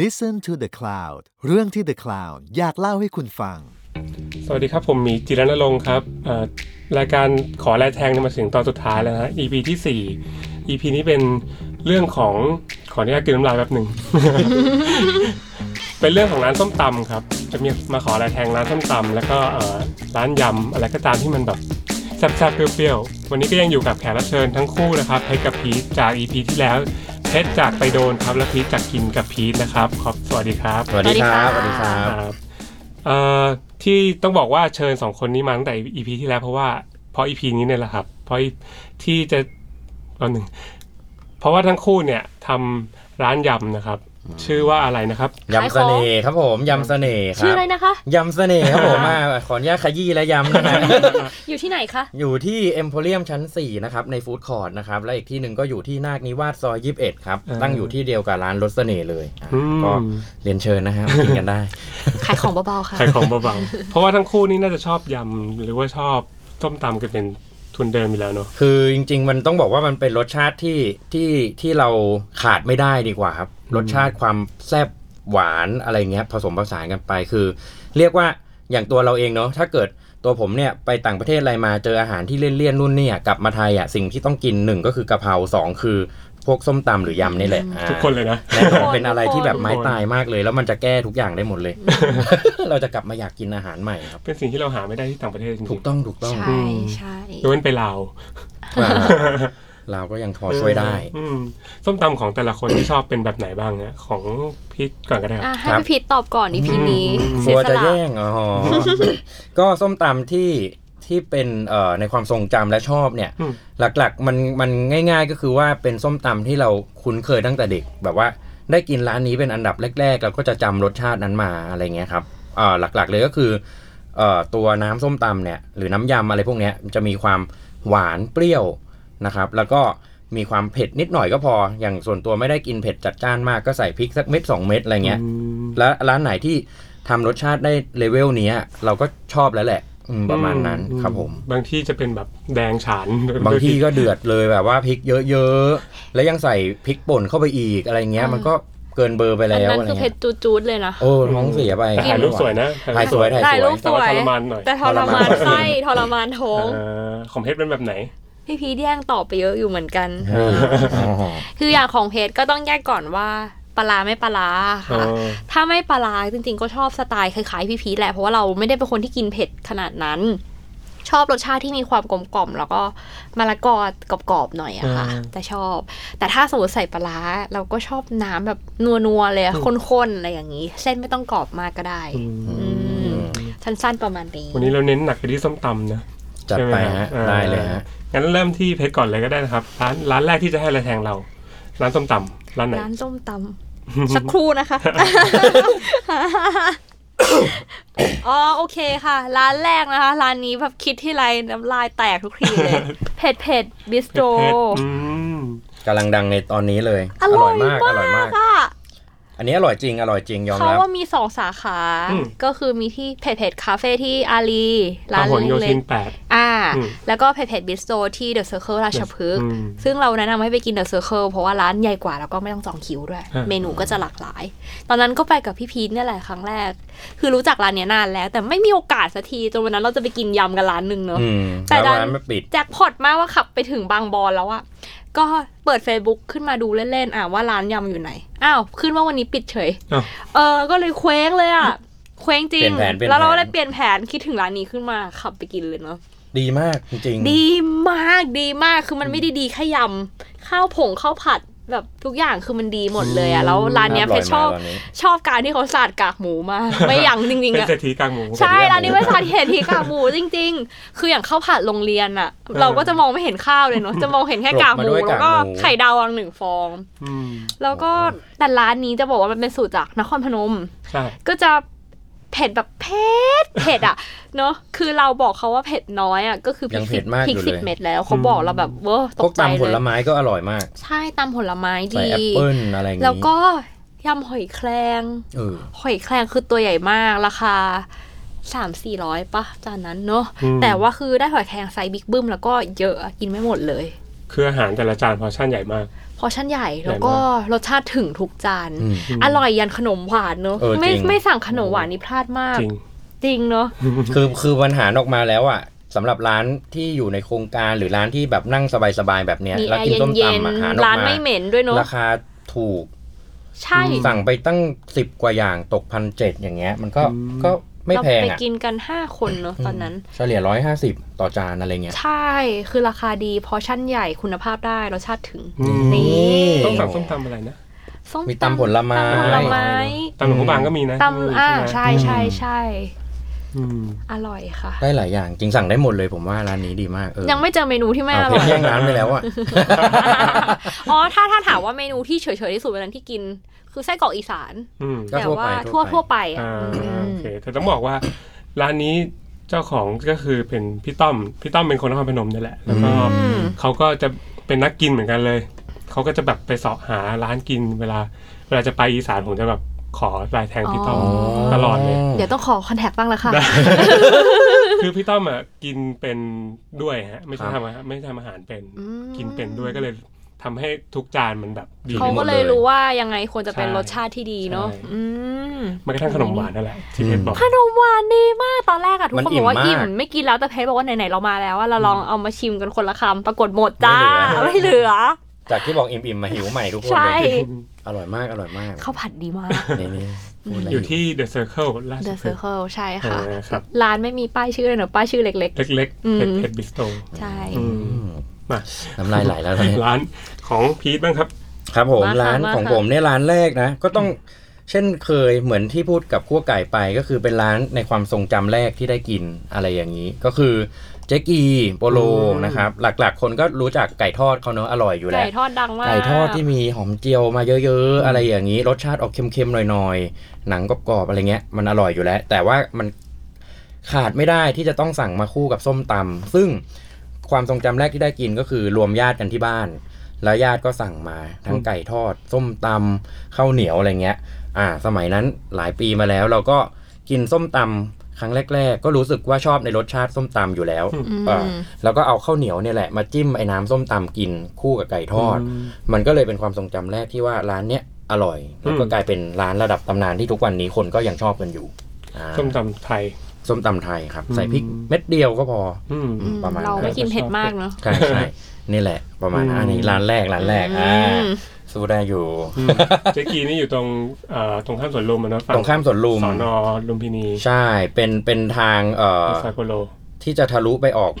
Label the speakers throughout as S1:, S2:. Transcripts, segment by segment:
S1: Listen to the Cloud เรื่องที่ The Cloud อยากเล่าให้คุณฟัง
S2: สวัสดีครับ ผมหมีจิรณรงค์ครับเอ่อรายการขอแลแทงเนี่ยมาถึงตอนสุดท้ายแล้วนะฮะ EP ที่ 4 EP นี้เป็นเรื่องของขออนุญาตกลืนน้ำลายแป๊บหนึ่ง เป็นเรื่องของร้านส้มตำครับจะมีมาขอแลแทงร้านส้มตำแล้วก็เอ่อร้านยำอะไรก็ตามที่มันแบบแซ่บๆเปรี้ยวๆวันนี้ก็ยังอยู่กับแขกรับเชิญทั้งคู่นะครับเพชรกับพีทจาก EP ที่แล้วเพชรจากไปโดนครับและพีทจากกินกับพีทนะครับขอบสวัสดีครับ
S3: สวัสดีครับ สวัสดีครั
S2: ค
S3: บ
S2: รับเอ่อที่ต้องบอกว่าเชิญสองคนนี้มาตั้งแต่ EP ที่แล้วเพราะว่าเพราะ EP นี้เนี่ยแหละครับ เพราะที่จะเอาหนึ่งเพราะว่าทั้งคู่เนี่ยทำร้านยำนะครับ ชื่อว่าอะไรนะครับ
S3: ยำเสน่ห์ครับผม ยำเสน่ห์ค
S4: ชื่อ
S3: รับ
S4: อะไรนะคะ
S3: ยำเสน่ห์ครับผมมาขออนุญาตขยี้และยำนะฮะ
S4: อยู่ที่ไหนคะ
S3: อยู่ที่เอ็มโพเรียมชั้น 4 นะครับ ในฟู้ดคอร์ทนะครับ และอีกที่หนึ่งก็อยู่ที่นาคนิวาสซอย 21 ครับ
S2: เออ
S3: ตั้งอยู่ที่เดียวกับร้านรสเสน่ห์เลยอ่ะ
S2: อืม
S3: ก็เรียนเชิญนะฮะมากินกันได้
S4: ขายของเบาๆค่ะ
S2: ขายของเบาๆ เพราะว่าทั้งคู่นี่น่าจะชอบยำหรือว่าชอบต้มตำกันเป็นทุนเดิมอยู่แล้วเนอะ
S3: คือจริง ๆ มันต้องบอกว่ามันเป็นรสชาติที่ที่ที่เราขาดไม่ได้ดีกว่าครับ รสชาติความแซ่บหวานอะไรเงี้ยผสมผสานกันไปคือ เรียกว่าอย่างตัวเราเองเนาะถ้าเกิดตัวผมเนี่ยไปต่างประเทศอะไรมาเจออาหารที่เลี่ยนๆนู่นเนี่ยกลับมาไทยอ่ะสิ่งที่ต้องกินหนึ่งก็คือกะเพราสองคือพวกส้มตำหรือยำนี่แหละอ่า
S2: ทุกคนเลยนะ
S3: แน่นอน
S4: ทุกคน
S3: เป็นอะไรที่แบบไม้
S2: ทุกคน
S3: ตายมากเลย แล้วมันจะแก้ทุกอย่างได้หมดเลย เราจะกลับมาอยากกินอาหารใหม่ครับ
S2: เป็นสิ่งที่เราหาไม่ได้ที่ต่างประเทศจริ
S3: ถู
S2: ง
S3: กต้องถูกต้อง
S4: ใช่ใช่
S2: ๆยกเว้นไปลาว
S3: อ่าเราก็ยังพอช่วยได้
S2: อืมส้มตำของแต่ละคนที่ชอบเป็นแบบไหนบ้างเนี่ยของพีทก่อนก็ได้ครับ
S4: อ่ะให้
S3: ครับ
S4: พี่พีทตอบก่อนอีพีนี้
S2: อืม
S3: ก
S4: เสี
S3: ลั
S4: ยว ส
S3: จะ
S4: ละ
S3: แย่งอ๋อ ก็ส้มตำที่ที่เป็นเอ่อในความทรงจำและชอบเนี่ย
S2: อืม
S3: หลักๆมันมันง่ายๆก็คือว่าเป็นส้มตำที่เราคุ้นเคยตั้งแต่เด็ก แบบว่าได้กินร้านนี้เป็นอันดับแรกๆ เราก็จะจำรสชาตินั้นมาอะไรเงี้ยครับเอ่อหลักๆเลยก็คือเอ่อตัวน้ำส้มตำเนี่ยหรือน้ำยำอะไรพวกเนี้ยจะมีความหวานเปรี้ยวนะครับ แล้วก็มีความเผ็ดนิดหน่อยก็พอ อย่างส่วนตัวไม่ได้กินเผ็ดจัดจ้านมากก็ใส่พริกสักเม็ดสองเม็ดอะไรเงี้ย แล้วร้านไหนที่ทำรสชาติได้เลเวลเนี้ย เราก็ชอบแล้วแหละอืมประมาณนั้น
S2: อื
S3: ครับผม
S2: บางที่จะเป็นแบบแดงฉาน
S3: บาง ที่ก็เดือดเลยแบบว่าพริกเยอะๆ แล้วยังใส่พริกป่นเข้าไปอีกอะไรเงี้ย มันก็เกินเบอร์ไป
S4: อัน
S3: แล้ว
S4: นั้น
S3: อะไร
S4: คือเพ
S3: เงี้
S4: ช
S3: ย
S4: รจูดๆเลยนะ
S3: โอ้ท้องเสียไป
S2: แต่ถ่ายรูปสวยนะ
S3: ถ่ายสวยถ่าย
S4: ได้รูปส
S2: แต่าว ท
S4: ย
S2: รมานหน่อย
S4: แต่ทรมานไส้ทรมานท้อง
S2: เอ่อของเพชรเป็นแบบไหน
S4: พี่พีทแย่งตอบไปเยอะอยู่เหมือนกัน
S3: เอออ๋อ
S4: คืออย่างของเพชรก็ต้องแยกก่อนว่าปลาร้าไม่ปลาร้าค่ะ ถ้าไม่ปลาร้าจริงๆก็ชอบสไตล์คล้ายๆพี่พีชแหละเพราะว่าเราไม่ได้เป็นคนที่กินเผ็ดขนาดนั้น ชอบรสชาติที่มีความกลมกล่อมแล้วก็มะละกอกรอบๆหน่อยอะค่ะ
S2: อ่า
S4: แต่ชอบ แต่ถ้าสมมติใส่ปลาร้าเราก็ชอบน้ำแบบนัวๆเลยอะ
S2: อืม
S4: ข้นๆอะไรอย่างนี้ เส้นไม่ต้องกรอบมากก็ได้
S2: อืม
S4: อืมสั้นๆประมาณนี้
S2: วันนี้เราเน้นหนักไปที่ส้มตำนะ
S3: จัดไปฮะ
S2: ใช่หมครับ
S3: ได้เลยฮะ
S2: งั้นเริ่มที่เพชรก่อนเลยก็ได้นะครับร้านร้านแรกที่จะให้อะไรแทงเรา ร้านส้มตำร้านไหน
S4: ร้านส้มตำสักครู่นะคะ อ๋อโอเคค่ะ ร้านแรกนะคะ ร้านนี้แบบคิดที่ไรน้ำลายแตกทุกทีเลย เผ็ดเผ็ดบิสโตร
S2: เพชรอืม
S3: กำลังดังในตอนนี้เลย
S4: อร่อยมาก
S3: อร่อยมาก
S4: ค่ะ
S3: อันนี้อร่อยจริงอร่อยจริงยอม
S4: เขา
S3: รับ
S4: ว่ามีสองสาขา ก็คือมีที่เผ็ดเผ็ดคาเฟ่ที่อารีร้าน
S2: พหลโย
S4: เล็
S2: ธิ
S4: ก
S2: นแปด
S4: ๆอ่า
S2: อืม
S4: แล้วก็เผ็ดเผ็ดบิสโตที่เดอะเซอร์เคิลราชพฤกษ์
S2: อืม
S4: ซึ่งเราแนะนำให้ไปกินเดอะเซอร์เคิลเพราะว่าร้านใหญ่กว่าแล้วก็ไม่ต้องจองคิวด้วย
S2: อ่า
S4: เมนูก็จะหลากหลาย ตอนนั้นก็ไปกับพี่พีทเนี่ยแหละครั้งแรก คือรู้จักร้านเนี้ยนานแล้ว แต่ไม่มีโอกาสสักทีจนวันนั้นเราจะไปกินยำกันร้านหนึ่งเนอะ
S3: อืม
S4: แต่
S3: แล้ว
S4: ดัน
S3: ร้านไม่ปิด
S4: แจ็คพอตมากว่าขับไปถึงบางบอนแล้วอะก็เปิด Facebook ขึ้นมาดูเล่นๆอ่ะว่าร้านยำอยู่ไหน อ้าว ขึ้นว่าวันนี้ปิดเฉย
S2: อ้าว
S4: เออ ก็เลยเคว้งเลยอะเคว้งจริ
S3: เป
S4: ง
S3: ลี่ยนแผนเปลี่ยนแผน
S4: แล้วเราก็เลยเปลี่ยนแผนคิดถึงร้านนี้ขึ้นมาขับไปกินเลยเนาะ
S3: ดีมากจริงๆ
S4: ดีมากดีมากคือมันไม่ได้ดีแค่ยำข้าวผงข้าวผัดแบบทุกอย่างคือมันดีหมดเลยอะแล้วร้านเนี้ยเพชรชอบ
S3: อร่อยมากร้านนี้
S4: ชอบการที่เขาสาดกากหมูมากไม่ยั้งจริงๆ
S2: เป็น
S4: อะ
S2: เศรษฐีกลางหมู
S4: ใช่ร้านนี้ไม่สาธิตทีกากหมูจริง ๆ คืออย่างข้าวผัดโรงเรียนอะเราก็จะมองไม่เห็นข้าวเลยเนาะ จะมองเห็นแค่กากห
S3: กลบมา
S4: มู
S3: ด้วย
S4: แล้วก็
S3: กากหมู
S4: ไข่ดาวอังหนึ่งฟอง
S2: อืม
S4: แล้วก็แต่ร้านนี้จะบอกว่ามันเป็นสูตรจากนครพนม
S2: ใช่
S4: ก็จะเผ็ดแบบเผ็ดเผ็ดอ่ะ เนาะคือเราบอกเขาว่าเผ็ดน้อยอ่ะก็คือพริ
S3: ยัง
S4: ก
S3: เผ็
S4: สิ
S3: ด
S4: บ
S3: มาก
S4: พริ
S3: อกยู่
S4: สิบ
S3: เลย
S4: เม็ดแล้วเขาบอกเราแบบเวอร์ต
S3: พว
S4: ก
S3: ก
S4: ใจ
S3: ตำผ
S4: เลย
S3: ลไม้ก็อร่อยมาก
S4: ใช่ตำผลไม้
S3: ใส่
S4: ดี
S3: แอปเปิ้ลอะไรอย่างงี้
S4: แล้วก็ยำหอยแครง
S3: เออ
S4: หอยแครงคือตัวใหญ่มากราคาสามสี่ร้อยปะจานนั้นเนอะ
S2: อืม
S4: แต่ว่าคือได้หอยแครงไซส์บิ๊กบึ้มแล้วก็เยอะอะกินไม่หมดเลย
S2: คืออาหารแต่ละจานพอชั่นใหญ่มาก
S4: พอชั้นใหญ่แล้วก็รสชาติถึงทุกจาน
S3: อืม
S4: อร่อยยันขนมหวานเนอะ
S3: เออจริง
S4: ไม่ไม่สั่งขนมหวานนี่พลาดมาก
S2: จริง
S4: จริงเนอะ
S3: คือคือปัญหารออกมาแล้วอ่ะสำหรับร้านที่อยู่ในโครงการหรือร้านที่แบบนั่งสบายๆแบบเนี้ย
S4: มี
S3: แล้ว
S4: แอร์
S3: กินส้ม
S4: เย็น
S3: ตำอาหารออ
S4: ๆ
S3: ก
S4: ร้าน
S3: มา
S4: ไม่เหม็นด้วยเนอะ
S3: ราคาถูก
S4: ใช่
S3: สั่งไปตั้งสิบกว่าอย่างตกพันเจ็ดอย่างเงี้ย มันก็
S2: อืม
S3: ก็ไม่แพง
S4: เราไป
S3: อ่ะ
S4: กินกันห้าคนเนอะตอนนั้น
S3: เฉลี่ยร้อยห้าสิบต่อจานอะไรเงี้ย
S4: ใช่ คือราคาดีพอชั่นใหญ่คุณภาพได้รสชาติถึง
S2: อืม
S4: นี่
S2: ต้องสั่งส้มตำอะไรนะ
S4: ส้ม
S3: มีตำผลไม้
S4: ตำผลไม้
S2: ตำหลวงพระบางก็มีนะ
S4: ตำอ่าใช่ใช่ใช่
S2: อืม
S4: อร่อยค่ะ
S3: ได้หลายอย่างจริงสั่งได้หมดเลยผมว่าร้านนี้ดีมากเออ
S4: ยังไม่เจอเมนูที่ไม่อ
S3: เอาเพ
S4: ร่
S3: ชร
S4: อย
S3: แย่งร้านไปแล้วอ่ะ
S4: อ๋อ ถ้าถ้าถามว่าเมนูที่เฉยๆที่สุดวันนั้นที่กิน คือไส้กรอกอีสาน
S2: อืม
S3: ก็
S4: แต่
S3: ทั่วไป
S4: ว่า
S3: ทั่
S4: ทั่
S3: วไป
S4: วทั่วไปอ่ะ
S2: อ่า
S4: อืม
S2: โอเคแต่ต้องบอกว่าร้านนี้เจ้าของก็คือเป็นพี่ต้อมพี่ต้อมเป็นคนนครพนมนี่แหละ แล้วก็
S4: อืม
S2: เขาก็จะเป็นนักกินเหมือนกันเลย เขาก็จะแบบไปเสาะหาร้านกินเวลา เวลาจะไปอีสานผมจะแบบขอลายแทงพี่ต้อมตลอดเลย
S4: เดี๋ยวต้องขอคอนแทคบ้างละค่ะ
S2: ได้ คือพี่ต้อมอ่ะกินเป็นด้วยฮะ ไม่ใช่ทำอาหารไม่ใช่ทำอาหารเป็น
S4: อืม
S2: กินเป็นด้วยก็เลยทำให้ทุกจานมันแบบดี
S4: เขา
S2: ไปหม
S4: ก็
S2: ด
S4: เลยรู้ว่ายังไงควรจะเป็น
S2: ใช่
S4: รสชาติที่ดีเนาะ
S2: ใช่
S4: อืม
S2: แม้กระทั่งขนมหวานนั่นแหละที่เพชรบอก
S4: ขนมหวานดีมาก ตอนแรกอะทุก
S3: มัน
S4: คนบอกว่า
S3: อิ่
S4: อิ่
S3: ม
S4: ม
S3: มาก
S4: ไม่กินแล้วแต่เพจบอกว่าไหนๆเรามาแล้วอะเราลองเอามาชิมกันคนละคำปรากฏหมดจ้า
S3: ไม่
S4: ไม่
S3: เห
S4: เห
S3: ลื
S4: ลื
S3: อ
S4: อ
S3: จากที่บอกอิ่มๆมาหิวใหม่ทุกคน
S4: ใช่
S3: เลยอร่อยมากอร่อยมาก
S4: ข้าวผัดดีมาก
S3: ในนี้พูดะไร
S2: อยู่ที่ The Circle ล่าสุ
S4: The
S2: ด
S4: Circle ใช่ค่ะ
S2: อ่าครับ
S4: ร้านไม่มีป้ายชื่อเลยเนอะป้ายชื่อเล็ก
S2: เล็ก
S4: อื
S2: ๆ
S4: ม
S2: เผ็ดเผ็ดบิสโต
S4: ๆ ใช่
S2: อืม
S3: อืม
S2: มา
S3: น้ำลายไหลแล้วตอนนี้
S2: ร้านของพีทบ้างครับ
S3: ครับผม
S4: มาค่ะ
S3: ร้านของ
S4: มาค่ะ
S3: ผมเนี่ยร้านแรกนะ ก็ต้องเช่นเคยเหมือนที่พูดกับขั้วไก่ไปก็คือเป็นร้านในความทรงจำแรกที่ได้กินอะไรอย่างนี้ ก็คือเจ๊กีโปโล
S2: อืม
S3: นะครับ หลักๆ คนก็รู้จักไก่ทอดเขาเนอะอร่อยอยู่แล้
S4: ไก่
S3: ว
S4: ทอดดังมาก
S3: ไก่ทอดที่มีหอมเจียวมาเยอะๆ อะไรอย่างนี้ รสชาติออกเค็มๆหน่อยๆ หนังกรอบๆอะไรเงี้ยมันอร่อยอยู่แล้ว แต่ว่ามันขาดไม่ได้ที่จะต้องสั่งมาคู่กับส้มตำซึ่งความทรงจำแรกที่ได้กินก็คือรวมญาติกันที่บ้าน แล้วญาติก็สั่งมาทั้งไก่ทอด ส้มตำข้าวเหนียวอะไรเงี้ย อ่า สมัยนั้นหลายปีมาแล้ว เราก็กินส้มตำครั้งแรก ๆ ก็รู้สึกว่าชอบในรสชาติส้มตำอยู่แล้ว
S4: อืม
S3: อ่าแล้วก็เอาข้าวเหนียวเนี่ยแหละมาจิ้มไอ้น้ำส้มตำกินคู่กับไก่ทอด
S2: ม
S3: มันก็เลยเป็นความทรงจำแรกที่ว่าร้านเนี้ยอร่อย แล้วก็
S2: อืม
S3: กลายเป็นร้านระดับตำนานที่ทุกวันนี้คนก็ยังชอบกันอยู่อ่า
S2: ส้มตำไทย
S3: ส้มตำไทยครับ
S2: อืม
S3: ใส่พริกเม็ดเดียวก็พอ
S2: อืม
S4: อืม
S3: ประมาณ
S4: เราไม่กินเผ็ดมากเนอะ
S3: ใช่ใช่ นี่แหละ ประมาณนั้น
S2: อืม
S3: อันนี้ร้านแรกร้านแรกอ่าสู้ได้อยู่
S2: อืมเจ๊กีนี่อยู่ตรงเอ่อตรงข้ามสวนลุมอะเนอะฝั่
S3: ตรงข้ามสวนลุม
S2: สอนอลุมพินี
S3: ใช่เป็นเป็นทางเอ่อ
S2: ซาโกโล
S3: ที่จะทะลุไปออก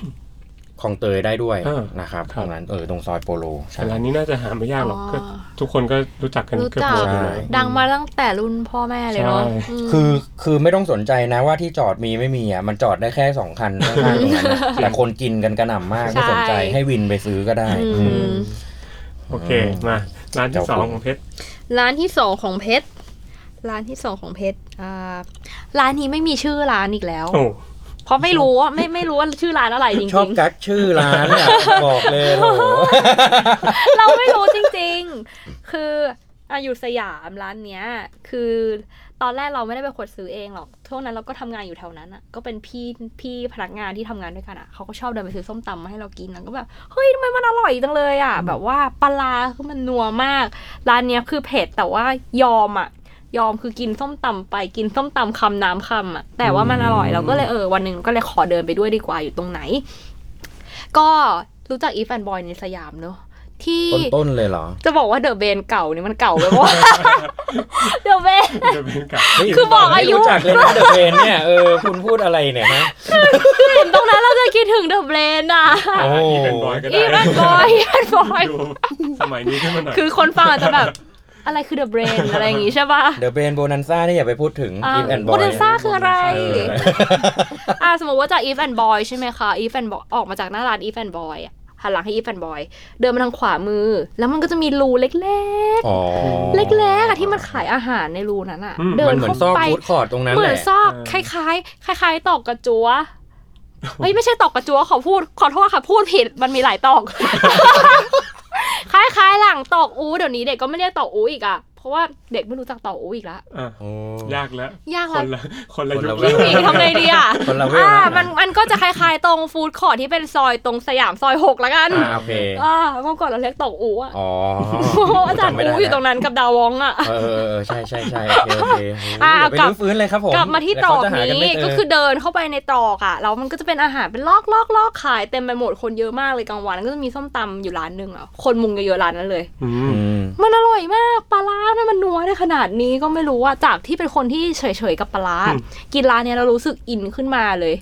S3: คลองเตยได้ด้วย
S2: อ่าน
S3: นะครับตรงนั้นเออตรงซอยโปโลใช่
S2: แต่ร้านนี้น่าจะหาไม่ยากหรอก
S4: อ๋อ
S2: ก็ทุกคนก็รู้จักกัน
S4: รู้
S2: เกือบห
S4: จั
S2: ม
S4: ก
S2: ด
S3: ใช่
S2: เลย
S4: ดังมาตั้งแต่รุ่นพ่อแม่เลยเนาะ
S2: ใช่
S4: อืม
S3: คือคือไม่ต้องสนใจนะว่าที่จอดมีไม่มีอ่ะมันจอดได้แค่สองคันข้างๆ ตรงนั้นอะแต่คนกินกันกระหน่ำมาก
S4: ใช่
S3: ไม่สนใจให้วินไปซื้อก็ได้
S4: อื
S3: อืม
S4: ม
S2: โอเคมาร้านที่
S3: เจ้า
S2: สอง
S3: คุณ
S2: ของเพชร
S4: ร้านที่สองของเพชร ร้านที่สองของเพชรอ่าร้านนี้ไม่มีชื่อร้านอีกแล้ว
S2: โอ้
S4: เพราะไม่รู้ว่าไม่ไม่รู้ว่าชื่อร้านอะไรจริ
S3: ชอบ
S4: ง
S3: กักชื่อร้านอ่ะ บอกเลยโห
S4: ๆ เราไม่รู้จริงๆ คืออายุสยามร้านเนี้ย คือตอนแรกเราไม่ได้เป็นคนซื้อเองหรอกช่วงนั้นเราก็ทำงานอยู่แถวนั้นอ่ะ ก็เป็นพี่พี่พนักงานที่ทำงานด้วยกันอ่ะเขาก็ชอบเดินไปซื้อส้มตำมาให้เรากินแล้วก็แบบเฮ้ยทำไมมันอร่อยจังเลยอ่ะ แบบว่าปลาร้าคือมันนัวมาก ร้านเนี้ยคือเผ็ดแต่ว่ายอมอ่ะ ยอมคือกินส้มตำไปกินส้มตำคำน้ำคำอ่ะ แต่ว่ามันอร่อยเราก็เลยเออวันหนึ่งก็เลยขอเดินไปด้วยดีกว่าอยู่ตรงไหน ก็รู้จักอีฟแอนบอยในสยามเนอะที่
S3: ต้นๆเลยเหรอ
S4: จะบอกว่าเดอะเบนเก่านี่มันเก่าไปว่า เดอะเบน
S2: จะเป็นกับ
S3: เฮ้ย
S4: คือบอกอายุ
S3: ไม่รู้จักเลยนะเดอะเวนเนี่ยเออคุณพูดอะไรเนี่ยนะ
S4: เห็นตรงนั้นเราจะคิดถึงเดอะเบนอ่ะ
S3: โอ้
S2: อีเวนต์บอยก็ได้
S4: อีฟแอนบอยอีฟแอนบอย
S2: ดูสมัยนี้ขึ้นมาหน่อย
S4: คือคนฟังอาจจะแบบ อะไรคือเดอะเบนอะไรอย่างงี้ใช่ปะ
S3: เดอะเวนโบนันซ่านี่อย่าไปพูดถึง
S4: อ่า
S3: อีฟแอนบอ
S4: โบ
S3: ย
S4: นันซ่าคืออะไร
S3: เออ
S4: อ่าสมมติว่าจาก if and boy ใช่ไหมคะ if and boy ออกมาจากหน้าร้าน if and boy อะหันหลังให้ if and boy เดินมาทางขวามือ แล้วมันก็จะมีรูเล็กๆ
S3: อ๋อ
S4: เล็กๆอะที่มันขายอาหารในรูนั้นอะเดิ
S3: มัน นเหมือน
S4: เข้า
S3: ซอก
S4: ไป
S3: ฟูดคอร์ดตรงนั้น
S4: เหมื
S3: แห
S4: อน
S3: ละ
S4: ซอกคล้ายๆ คล้าย ๆ ตอกกระจัวเอ้ยไม่ใช่ตอกกระจัวขอพูดขอโทษค่ะพูดผิดมันมีหล ายตอก คล้ายๆหลังตอกอูเดี๋ยวนี้เด็กก็ไม่เรียกตอกอูอีกอะพ เพราะว่าเด็กไม่รู้จักเต่าโออีกละ
S2: อ่ะ
S3: โอ้
S2: ยากแล้ว
S4: ยาก
S2: ค
S4: ละ
S2: นละ คนละ
S3: คน
S2: ยุ
S3: ละ
S2: ค
S3: เว
S2: แล้
S3: ล
S2: ว
S4: พี่หมีทำไงดีอ่ะ
S3: คนละเวล
S4: อ่า
S3: แล้วนะ
S4: มันมันก็จะคล้ายๆตรงฟู้ดคอร์ทที่เป็นซอยตรงสยามซอยหกละกัน
S3: อ่าโอเค
S4: อ่าเมื่อก่อนเราเรียกเต่าโออ่ะ
S3: อ๋อ
S4: โอ้โหอาจารย์อูอยู่ตรงนั้นกับดาวองอ่ะ
S3: เออเออเออใช่ใช่ใช่โอเคโอเค
S4: อ่ะ
S3: เดี๋ยวไป
S4: กลั
S3: รื้อ
S4: บ
S3: ฟื้นเลยครับผม
S4: กลับมาที่ตรอก
S3: เดี๋ยวเขาจะหา
S4: นี้
S3: ไม่เจ
S4: ก็คือเดินเข้าไปในตรอกอ่ะแล้วมันก็จะเป็นอาหารเป็นลอกลอกลอกขายเต็มไปหมดคนเยอะมากเลยกลางวันก็จะมีส้มตำอยู่ร้านหนึ่งอ่ะคนมุงกันเยอะร้านนั้นเลย
S2: อื
S3: อื
S2: ม
S3: ม
S4: มันอร่อยมากปลาร้าเนี่ยมันนัวได้ขนาดนี้ก็ไม่รู้ว่าจากที่เป็นคนที่เฉยๆกับปลาร้ากินร้านเนี้ยเรารู้สึกอินขึ้นมาเลย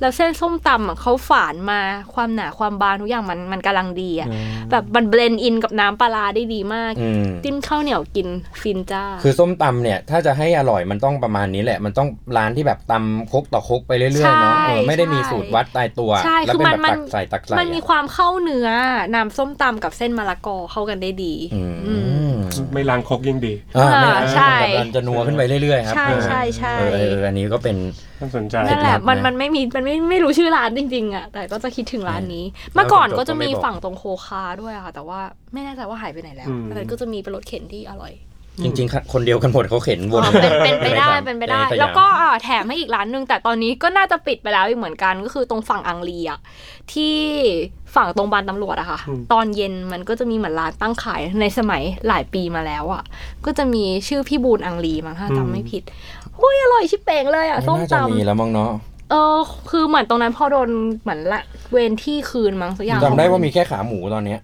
S4: แล้วเส้นส้มตำอ่ะเขาฝานมาความหนาความบางทุกอย่างมันมันกำลังดีอ่ะแบบมันเบลนด์อินกับน้ำปลาร้าได้ดีมาก
S3: อืม
S4: จิ้มข้าวเหนียวกินฟินจ้า
S3: คือส้มตำเนี่ย ถ้าจะให้อร่อยมันต้องประมาณนี้แหละ มันต้องร้านที่แบบตำครกต่อครกไปเรื่อยๆเนาะเออไม่ได้มีสูตรวัดตายตัว
S4: ใช่
S3: แล้ว
S4: คือ
S3: เป็น
S4: มัน
S3: แบบตัก
S4: มัน
S3: ใส่ตักใส่
S4: มันมี
S3: อะ
S4: ความเข้าเนื้อน้ำส้มตำกับเส้นมะละกอเข้ากันได้ดี
S3: อื
S4: อืม
S3: ม
S2: ไม่ล้างครกยิ่งดี
S3: อ่าไม่ได้
S4: ใช่
S3: กำลังจะนัวขึ้นไปเรื่อยๆครับ
S4: ใช่
S3: เออ
S4: ใช่ใช่
S3: เออเอออันนี้ก็เป็น
S2: น่าสนใจ
S4: นั่นแห
S3: ครับ
S4: ละมัน
S3: นะ
S4: มันไม่มีมันไม่ไม่รู้ชื่อร้านจริงๆอ่ะแต่ก็จะคิดถึงร้านนี้ เมื่อก่อนก็จะมีฝั่งตรงโคคาด้วยอะค่ะ แต่ว่าไม่แน่ใจว่าหายไปไหนแล้ว
S2: อืม
S4: แต่ก็จะมีเป็นรถเข็นที่อร่อย
S3: จริงๆ คนเดียวกันหมดเขาเข็นวน
S4: อ๋อเป็นเป็นไป ได้
S3: ใสาม
S4: เป็นไปได้
S3: ใสยาม
S4: แล้วก็อ่ะแถมให้อีกร้านหนึงแต่ตอนนี้ก็น่าจะปิดไปแล้วอีกเหมือนกันก็คือตรงฝั่งอังรีอ่ะที่ฝั่งตรงบานตำรวจอะค่ะ
S2: อืม
S4: ตอนเย็นมันก็จะมีเหมือนร้านตั้งขายในสมัยหลายปีมาแล้วอะก็จะมีชื่อพี่บูนอังรีมั้งถ้าจำไม่ผิดโอ้ยอร่อยชิบเป่งเลยอะส้ม
S3: น่าจะ
S4: ตำ
S3: มีแล้วมั้งเนาะ
S4: เออคือเหมือนตรงนั้นพอโดนเหมือนละเวรที่คืนมั้งสักอย่าง
S3: จำได้ว่ามีแค่ขาหมูตอนเนี้ย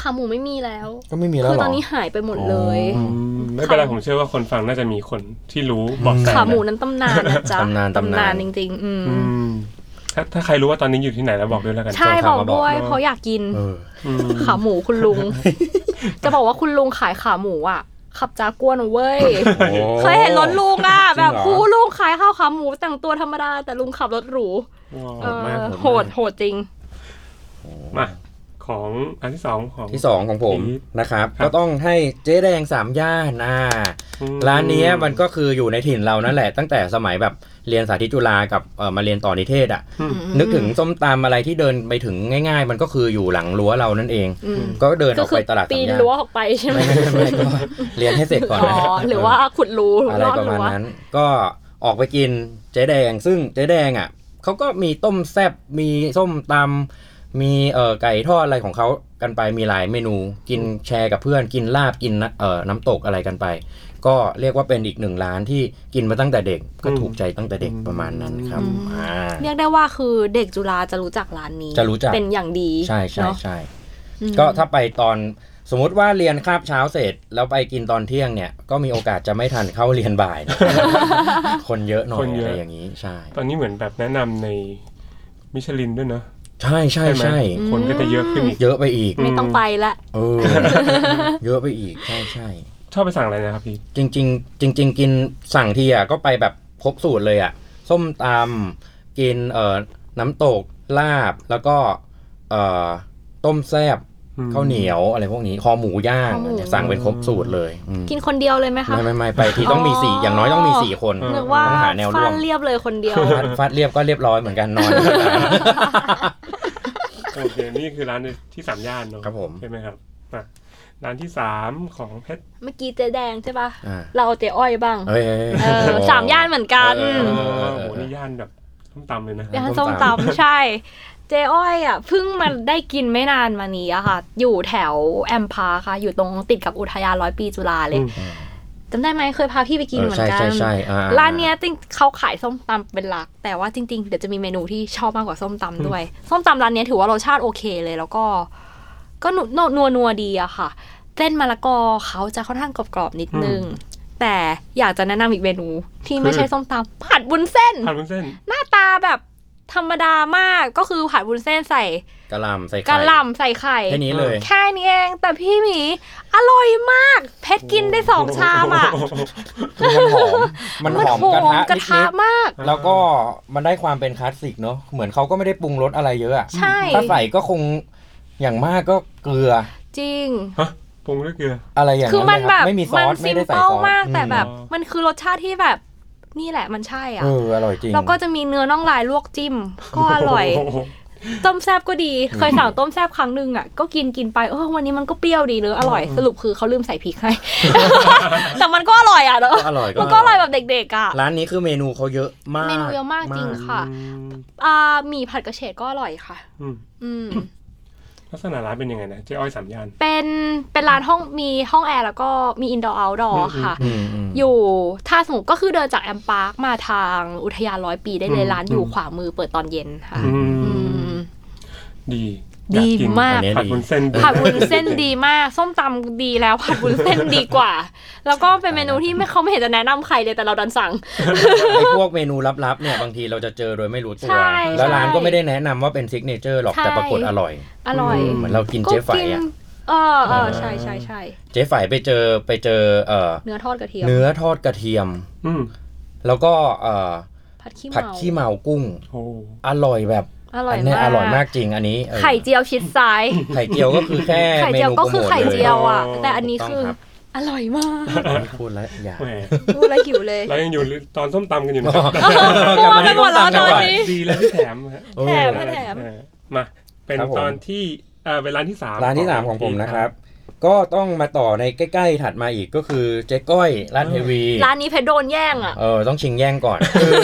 S4: ขาหมูไม่มีแล้ว
S3: ก็ไม่มีแล้ว
S4: คื
S3: เหร
S4: ตอ
S3: อ
S4: นนี้หายไปหมดเลย
S3: อ๋อ
S2: อืมไม่เป็นไรผมเชื่อว่าคนฟังน่าจะมีคนที่รู้เบอกแส
S4: ขาหมู
S2: นะ
S4: นั้นตำนานนะจ๊ะ
S3: ตำนานตำนาน
S4: จริง ๆ อืม
S2: อืมถ้าถ้าใครรู้ว่าตอนนี้อยู่ที่ไหนแล้วบอกด้วยแล้วกัน
S4: ใช่
S3: ส่ง
S4: บ
S3: ข่า
S4: อ
S3: ว
S4: ก
S3: มาบอก
S4: ด้วย
S2: เนอะ
S4: เพราะอยากกิน
S3: เออ
S2: อืม
S4: ขาหมูคุณลุง จะบอกว่าคุณลุงขายขาหมูอ่ะ ขับจากวนเว้ยเคยเห็นรถลุงอ่ะ
S3: จริงเหรอ
S4: แบบคูลุงขายข้าวขาหมูแต่งตัวธรรมดา แต่ลุงขับรถหรูเอ
S2: ว้าว
S4: อ
S3: โหดมาก
S4: โห
S3: โหดมาก
S4: ดโหดจริง
S2: มาของอันที่สองของ
S3: ที่สองของผม
S2: อีก
S3: นะครับ
S2: ครับ
S3: ก็ต้องให้เจ๊แดงสามย่านอ่า
S2: อืม
S3: ร้านเนี้ยมันก็คืออยู่ในถิ่นเรานั่นแหละ ตั้งแต่สมัยแบบเรียนสาธิตจุฬากับเอ่อมาเรียนต่อนิเทศอ่ะ นึกถึงส้มตำอะไรที่เดินไปถึงง่ายๆ มันก็คืออยู่หลังรั้วเรานั่นเอง
S4: อืม
S3: ก็เดินอ
S4: ก็
S3: อก
S4: คื
S3: ไป
S4: อ
S3: ตลาด
S4: ปี
S3: สาม
S4: น
S3: ย่าน
S4: รั้วออกไปใช่ไหม
S3: ไม่ไม่ไม่ก็เรียนให้เสร็จก่อนนะ
S4: อหรือว่าขุดรู
S3: อะไร
S4: รอด
S3: ประมาณ
S4: รั้ว
S3: นั้นก็ออกไปกินเจ๊แดง ซึ่งเจ๊แดงอ่ะเขาก็มีต้มแซบมีส้มตำมีเอ่อไก่ทอดอะไรของเขากันไปมีหลายเมนู กินแชร์กับเพื่อนกินลาบกินน้ำเอ่อน้ำตกอะไรกันไป ก็เรียกว่าเป็นอีกหนึ่งร้านที่กินมาตั้งแต่เด็กก็ถูกใจตั้งแต่เด็กประมาณนั้นครับอ่า
S4: เรียกได้ว่าคือเด็กจุฬาจะรู้จักร้านนี้
S3: จะรู้จัก
S4: เป็นอย่างดี
S3: ใช่ใช่
S4: เนอะ
S3: ใช่
S4: อืม
S3: ก็ถ้าไปตอนสมมติว่าเรียนคาบเช้าเสร็จ แล้วไปกินตอนเที่ยงเนี่ย ก็มีโอกาสจะไม่ทันเข้าเรียนบ่ายนะ คนเยอะหน่อย
S2: คนเย
S3: อะ
S2: อะ
S3: ไรอย่างนี้ใช่
S2: ตอนนี้เหมือนแบบแนะนำในมิชลินด้วยเนอะ
S3: ใช่ใช่
S2: ไหม
S3: ใช่
S2: คนก็จะเยอะขึ้นอีก
S3: เยอะไปอีก
S2: อืม
S4: ไม่ต้องไปละ
S3: เออ เยอะไปอีกใช่ใช่
S2: ชอบไปสั่งอะไรนะครับพี่
S3: จริงจริงๆ จริง ๆ กินสั่งทีอ่ะก็ไปแบบครบสูตรเลยอ่ะ ส้มตำกินเอ่อน้ำตกลาบแล้วก็เอ่อต้มแซบ
S2: อืม
S3: ข้าวเหนียวอะไรพวกนี้คอหมูย่างเนี่ยสั่งเป็นครบสูตรเลยอืม
S4: กินคนเดียวเลยไหมคะ
S3: ไม่ไม่ไม่ไปทีต้องมีสี่
S4: อ๋ออ
S3: อย่างน้อยต้องมีสี่คน
S2: เออ
S4: นึกว่า
S3: ต้องหาแนวร่
S4: ฟาว ด
S3: ม
S4: เรียบเลยคนเดียว
S3: ฟาดฟาดเรียบก็เรียบร้อยเหมือนกันนอน
S2: โอเคนี่คือร้านที่สามย่านเนอะ
S3: ครับผม
S2: ใช่ไหมครับอ่ะร้านที่สามของเพชร
S4: เมื่อกี้เจ๊แดงใช่ปะ
S3: อ่า
S4: เราเอาเจ๊อ้อยบ้าง
S3: เอ้ย
S4: เออสามย่านเหมือนกัน
S3: เออ
S2: โอ้โห
S3: เออเออเออ
S2: นี่ย่านแบบส้มตำเลยนะ
S3: ย่า
S4: ร้าน น
S3: ส้
S4: ส้
S3: ม
S4: ม
S3: ตำ
S4: ตำใช่ เจ๊อ้อยอ่ะเพิ่งมาได้กินไม่นานมานี้อะค่ะ อยู่แถวแอมพาค่ะ อยู่ตรงติดกับอุทยานร้อยปีจุฬาเล
S2: อ
S4: ย
S2: ืม
S4: จำได้ไหมเคยพาพี่ไปกิน
S3: เออ
S4: เหมือ
S3: ใช่
S4: นกัน
S3: ใช่ใช่อ่อ่
S4: ร้านเนี้ยจริงเขาขายส้มตำเป็นหลัก แต่ว่าจริง ๆ เดี๋ยวจะมีเมนูที่ชอบมากกว่าส้มตำด้วย ส้มตำร้านเนี้ยถือว่ารสชาติโอเคเลย แล้วก็ ก็นุนนัวนัวดีอะค่ะเส้นมะละกอเขาจะค่อนข้างกรอบๆนิดนึง แต่อยากจะแนะนำอีกเมนูที่ไม่ใช่ส้มตำผัดบุญเส้น
S2: ผัดวุ้นเส้น
S4: หน้าตาแบบธรรมดามากก็คือผัดบุญเส้นใส่
S3: กะหล่ำใส่ไข่
S4: กะหล่ำใส่ไข่
S3: แค่นี้เลย
S4: แค่นี้เองแต่พี่หมีอร่อยมาก เพชรกินได้สองชามอะ
S3: มันหอม มันหอม
S4: หอม
S3: ก
S4: ก
S3: ระ
S4: ระ
S3: ทะ
S4: ทะ
S3: นิด
S4: มาก
S3: ๆแล้วก็มันได้ความเป็นคลาสสิกเนาะเหมือนเขาก็ไม่ได้ปรุงรสอะไรเยอะอะ
S4: ใช่
S3: ถ้าใส่ก็คงอย่างมากก็เกลือ
S4: จริง
S2: ฮะปรุงด้วยเกลือ
S3: อะไรอย่าง
S4: คื
S3: นั้
S4: อน มัน
S3: เลยค
S4: แบ
S3: รับบ ไม่มีซอส
S4: ซิ
S3: ไม่
S4: ม
S3: ได้ใส่
S4: เปิล
S3: ซอส
S4: มากแต่แบบ
S2: อืม
S4: มันคือรสชาติที่แบบ นี่แหละมันใช่อ่ะ
S3: เอออร่อยจริง
S4: แล้วก็จะมีเนื้อน่องลายลวกจิ้ม ก็อร่อย
S2: โโห
S4: ต้มแซบก็ดี เคยสั่งต้มแซบครั้งหนึ่งอ่ะ ก็กินกินไปเออวันนี้มันก็เปรี้ยวดีเนอะอร่อย สรุปคือเขาลืมใส่พริกให้ แต่มันก็อร่อยอ่ะเนอะ
S3: ก็อร่อยก็
S4: มันก็อร่อยแบบเด็กๆอ่ะ
S3: ร้านนี้คือเมนูเขาเยอะมาก
S4: เมนูเยอะมากจริง
S3: มาก
S4: ค่ะ อ่าหมี่ผัดกระเฉดก็อร่อยค่ะ
S2: อืม
S4: อืม
S2: ลักษณะร้านเป็นยังไงนะเจ๊อ้อยสามย่าน
S4: เป็นเป็นร้านห้องมีห้องแอร์แล้วก็มีอินดอร์เอาท์ดอร์ค่ะ
S3: อืมอืม
S4: อยู่ถ้าสมมติก็คือเดินจากแอมปาร์คมาทางอุทยานร้อยปีได้เลย
S2: อืม
S4: ร้านอยู่
S2: อืม
S4: ขวามือเปิดตอนเย็นค่ะ
S2: อืม
S4: อืม
S2: ดี
S4: ดี
S2: อยน
S4: มาก
S3: อันเนี้ย
S2: ผัด
S3: ดี
S2: บุญเส้น
S4: ผัดวุ้นเส้นดีมากส้มตำดีแล้วผัดวุ้นเส้นดีกว่า แล้วก็เป็นเมนูที่ไม่เขาไม่เห็นจะแนะนำใครเลยแต่เราดันสั่ง
S3: ไอ้พวกเมนูลับๆเนี่ยบางทีเราจะเจอโดยไม่รู้ตัว
S4: ใช่
S3: แล้วร้าน
S4: ใช่
S3: ก็ไม่ได้แนะนำว่าเป็นซิกเนเจอร์หรอก
S4: ใช่
S3: แต่ปรากฏอร่อย
S4: อร่อย
S3: เหมือนเรากิน
S4: ก็
S3: เจ๊ไฝอ่ะ
S4: เออเออใช่ใช่ใช่
S3: เจ๊ไฝไปเจอไปเจอเอ่อ
S4: เนื้อทอดกระเทียม
S3: เนื้อทอดกระเทียม
S2: อืม
S3: แล้วก็เอ่อ
S4: ผัดขี้
S3: ผัด
S4: เมา
S3: ขี้เมากุ้ง
S2: โอ้
S3: อร่อยแบบ
S4: อร่อย
S3: นเนี้
S4: มาก
S3: อร่อยมากจริงอันนี้เออ
S4: ไข่เจียวชิดซ้าย
S3: ไข่เจียวก็คือแค่
S4: ไข่
S3: เม
S4: เจียว
S3: นู
S4: ก็
S3: โปรโมท
S4: คือไข่
S3: ลย
S4: เจียวอ่ะ แต่อันนี้
S3: ถูกต้อง
S4: คือ
S3: ครับ
S4: อร่อย มาก
S3: ไม่พูดแล้วอย่า
S2: แหม
S4: พูดแล้วหิวเลย
S2: เรายังอยู่ตอนส้มตำกันอยู่นะครับ
S4: กลับมาที่ส้มตำกันก่อน
S2: ดีแล้วที่แถมฮะ
S4: แถม
S2: เออ
S4: แถม
S2: เออมาเป็น
S3: ครับผม
S2: ตอนที่เออเป็นร้านที่สาม
S3: ร้านที่สามของผมนะครับ ก็ต้องมาต่อในใกล้ๆ ถัดมาอีกก็คือเจ๊ก้อยร้านเทวี
S4: ร้านนี้เพชรโดนแย่งอ่ะ
S3: เออต้องชิงแย่งก่อน คือ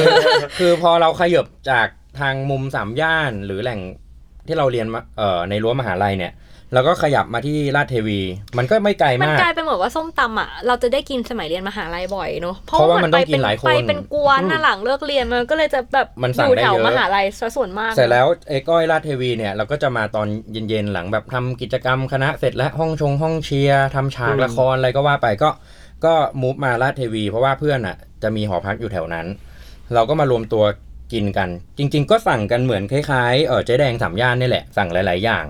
S3: คือพอเราขยับจากทางมุมสามย่านหรือแหล่งที่เราเรียนมาเอ่อในรั้วมหาลัยเนี่ยเราก็ขยับมาที่ลาดเทวี มันก็ไม่ไกล
S4: มัน
S3: มาก
S4: กลายเป็นเหมือนว่าส้มตำอ่ะ เราจะได้กินสมัยเรียนมหาลัยบ่อยเนอะ
S3: เพราะว่ามันต้
S4: ไป
S3: องกิ
S4: เป็น
S3: นหลายคน
S4: ไปเป็นกวนน่ะหลังเลิกเรียนมันก็เลยจะแบบ
S3: มันสั่
S4: อง ยู่
S3: ได้
S4: แถ
S3: เยวอะ
S4: มหาลัยซะส่วนมาก
S3: เสร็จแล้วไอ้ก้อยลาดเทวีเนี่ยเราก็จะมาตอนเย็นๆหลังแบบทำกิจกรรมคณะเสร็จแล้วห้องชงห้องเชียร์ทำฉากละครอะไรก็ว่าไปก็ก็มูฟมาลาดเทวี เพราะว่าเพื่อนอ่ะจะมีหอพักอยู่แถวนั้น เราก็มารวมตัวกินกัน จริง ๆ ก็สั่งกันเหมือนคล้ายๆเออเจ๊แดงสามย่านนี่แหละสั่งหลาย ๆ อย่าง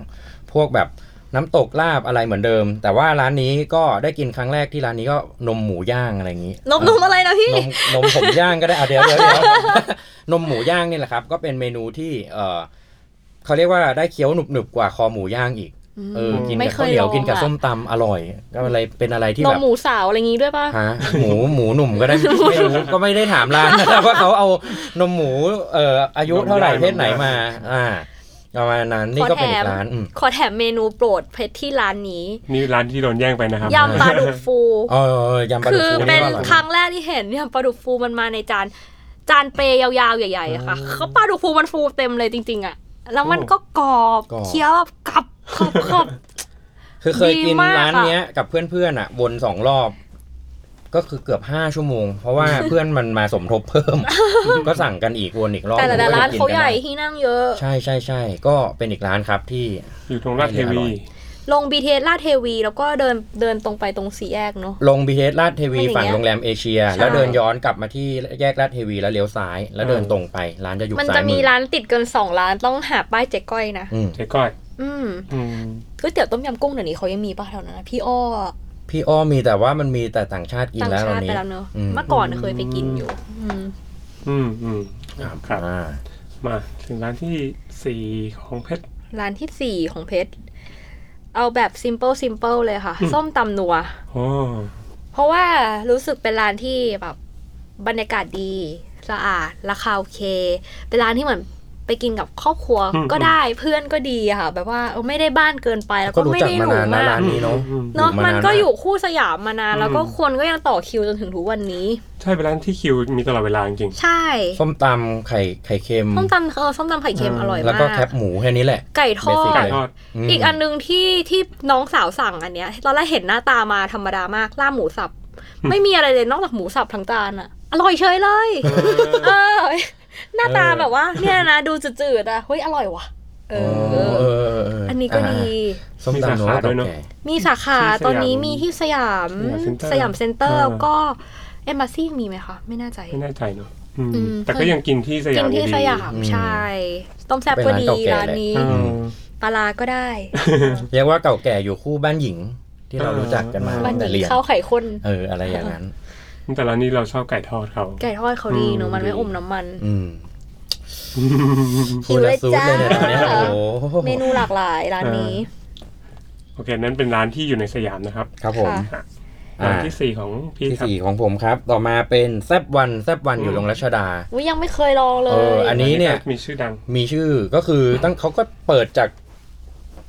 S3: พวกแบบน้ำตกลาบอะไรเหมือนเดิม แต่ว่าร้านนี้ก็ได้กินครั้งแรกที่ร้านนี้ก็นมหมูย่างอะไรอย่างนี้
S4: นมนมอะไรนะพี่
S3: นม นมผมย่างก็ได้อ่ะเดี๋ยวเดี๋ยวเดี๋ ยวนมหมูย่างนี่แหละครับ ก็เป็นเมนูที่เออเขาเรียกว่าได้เคี้ยวหนุบหนุบๆกว่าคอหมูย่างอีกเออกิน
S4: ไม่
S3: กับ
S4: เคย
S3: ข้าวเหนียว
S4: ลอง
S3: กินกับ
S4: อะ
S3: ส้มตำอร่อย ก็อะไรเป็นอะไรที่
S4: น
S3: แบ
S4: ม
S3: บ
S4: หมูสาวอะไรงี้ด้วยป่ะ
S3: ฮะหมูหมูหนุ่มก็ได้ ไม่รู้ก็ไม่ได้ถามร้าน นะครับว่าเขาเอานมหมูเอ่ออายุเท่าไหร่เพศไหนมา อ่าประมาณนั้นนี่ก็เป็นอีกร้านอืม
S4: ขอแถมเมนูโปรดเพชรที่ร้านนี้
S2: นี่ร้านที่โดนแย่งไปนะครับ
S4: ยำปลาดุกฟู
S3: เออยำปลาดุ
S4: คื
S3: ก
S4: อ
S3: ฟู
S4: เป็
S3: นี่
S4: น
S3: ก็อร่อย
S4: ครั้งแรกที่เห็นเนี่ยปลาดุกฟูมันมาในจานจานเปรยาวๆใหญ่ๆอะค่ะเขาปลาดุกฟูมันฟูเต็มเลยจริง ๆอะแล้วมันก็กรอบเคี้ยวแบบกรับกรอบกรอบ
S3: คือเคยกิน
S4: ดีมาก
S3: ร้าน
S4: อะ
S3: เนี้ยกับเพื่อนๆอ่ะวนสองรอบ ก็คือเกือบห้าชั่วโมง เพราะว่าเพื่อนมันมาสมทบเพิ่ม ก็สั่งกันอีกวนอีกรอบ
S4: แต่ละร้านเขา
S3: ก็จะกิกั
S4: ใหญ่ที่นั่งเยอะ
S3: ใช่ใช่ใช่ก็เป็นอีกร้านครับที่
S2: อยู่ตรงราชเทวี
S3: อร่อย
S4: ลง BTS ลาดเทวีแล้วก็เดินเดินตรงไปตรงสีแยกเนาะ
S3: ลงบีเทสลาดเทวี
S4: เป็นอย่างเงี้ย
S3: ฝั่งโรงแรมเอเชีย
S4: ใช่
S3: แล้วเดินย้อนกลับมาที่แยกลาดเทวีแล้วเลี้ยวซ้าย แล้วเดิน
S2: อืม
S3: ตรงไปร้านจะอยู่
S4: มัน
S3: ซ้าย
S4: จะมี
S3: อ
S4: ร้านติดกันสองร้านต้องหาป้ายเจ๊ก้อยนะ
S3: อืม
S2: เจ๊ก้อย
S4: อืม
S2: อืม
S4: ก๋วยเตี๋ยวต้มยำกุ้งเดี๋ยวนี้เขายังมีป่ะแถวนั้นนะพี่อ้อ
S3: พี่อ้อมีแต่ว่ามันมีแต่ต่างชาติกิน
S4: ต่าง
S3: แล้วตอ
S4: ชาน ติไป
S3: นี้
S4: แล้วเนอะ
S3: อืม
S4: เมื่อก่อนเคยไปกินอยู่ อืม
S2: อืมอืมครับ
S3: อ่า
S2: มาถึงร้านที่สี่ของเพชร
S4: ร้านที่สี่ของเพชร เอาแบบ simple simple เลยค่ะ
S2: อืม
S4: ส้มตำนัว
S2: โอ้
S4: เพราะว่ารู้สึกเป็นร้านที่แบบบรรยากาศดีสะอาด ราคาโอเค เป็นร้านที่เหมือนไปกินกับครอบครัวก็ได้เพื่อนก็ดีอะค่ะ แบบว่าเออไม่ได้บ้านเกินไปแล้ว
S3: ก็
S4: ก็
S3: รู้
S4: ไม่
S3: จัก
S4: ได้
S3: มา
S4: หรู
S3: นานนะ
S4: มาก
S3: ร้านนี้เนาะ
S2: อืม
S4: เนาะ
S3: อยู่มา
S4: มัน
S3: นาน
S4: ก็
S3: นะ
S4: อยู่คู่สยามมานาน แล้วก็
S2: อืม
S4: คนก็ยังต่อคิวจนถึงทุกวันนี้
S2: ใช่เป็นร้านที่คิวมีตลอดเวลาจริง
S4: ใช่
S3: ส้มตำไข่ไข่เค็ม
S4: ส้มตำเออส้มตำไข่เค็ม
S2: อืม
S4: อร่อย
S3: แล้ว
S4: มา
S3: ก็
S4: ก
S3: แคบหมูแค่นี้แหละ
S4: ไก่ทอ
S3: เบสิก
S4: ด
S3: เล
S2: ๆ
S3: ย
S2: ทอด
S3: ม
S4: อีกอันหนึงที่ที่น้องสาวสั่งอันเนี้ยตอนแรกเห็นหน้าตามาธรรมดามากล่าบหมูสับ ไม่มีอะไรเลยนอกจากหมูสับทั้งจานอะอร่อยเฉยเลย เออ หน้าตา
S3: เออ
S4: แบบว่า เนี่ยนะดูจืดๆอะเฮ้ยอร่อยว่ะ เออ
S3: เออเอเ
S4: อันนี้ก็ดี
S3: ส้มตำนัวเก่าแก่
S4: มีสาขา
S2: ที่สยาม
S4: ตอนนี้มีที่สยาม
S2: สยาย
S4: สาม ม
S2: เซ็
S4: เซ็
S2: น
S4: น
S2: เต
S4: เต
S2: อ
S4: อ
S2: ร์
S4: ร์ก็เอมบาซี่มีไหมคะ ไม่แน่ใจ
S2: ไม่แน่ใจเนอะอืม
S4: อืม
S2: แต่ก็ยังกินที่ส
S4: กิ
S2: ยาม
S4: น
S2: อ
S4: ที่
S2: ดี
S4: สยาม
S3: อืม
S4: ใช่ ต้มแซ่บก็ดี
S3: เป็นร้า
S4: ร้า
S3: เก่า
S4: น น
S3: แก่
S4: นี้
S2: อืม
S4: ปลาร้าก็ได้
S3: เรียกว่าเก่าแก่อยู่คู่บ้านหญิง ที่เรา
S2: เออ
S3: รู้จักกันมา
S4: บั
S3: ตั้
S4: น
S3: งแต่
S4: ห
S3: เรี
S4: มี่
S3: ยน
S4: ข้าวไข่ข้น
S3: เออ อะไรอย่างนั้น
S2: แต่ร้านนี้เราชอบไก่ทอดเขา
S4: ไก่ทอดเขาดี
S2: อืม
S4: เนอะมันไม่อมน้ำมัน
S3: อืม
S4: หิวเลย
S3: พูดแวซูดเลยเนี่ยตอนเนี้ย
S4: จ้า
S3: โอ้โห
S4: เมนูหลากหลายร้านนี้
S2: โอเค นั้นเป็นร้านที่อยู่ในสยามนะครับ
S3: ครับผม
S4: ค่ะ
S2: ร้าน
S3: อ่า
S2: ที่สี่ของพี่
S3: ที่
S2: ครับ
S3: สี่ของผมครับ ต่อมาเป็นแซบวันแซบวันอยู่
S2: อืม
S3: ตรงรัชดา
S4: อุ๊ยยังไม่เคยลองเล
S3: เออ
S4: ย
S3: อันนี้เนี่ย
S2: มีชื่อดัง
S3: มีชื่อก็คือตั้งเขาก็เปิดจาก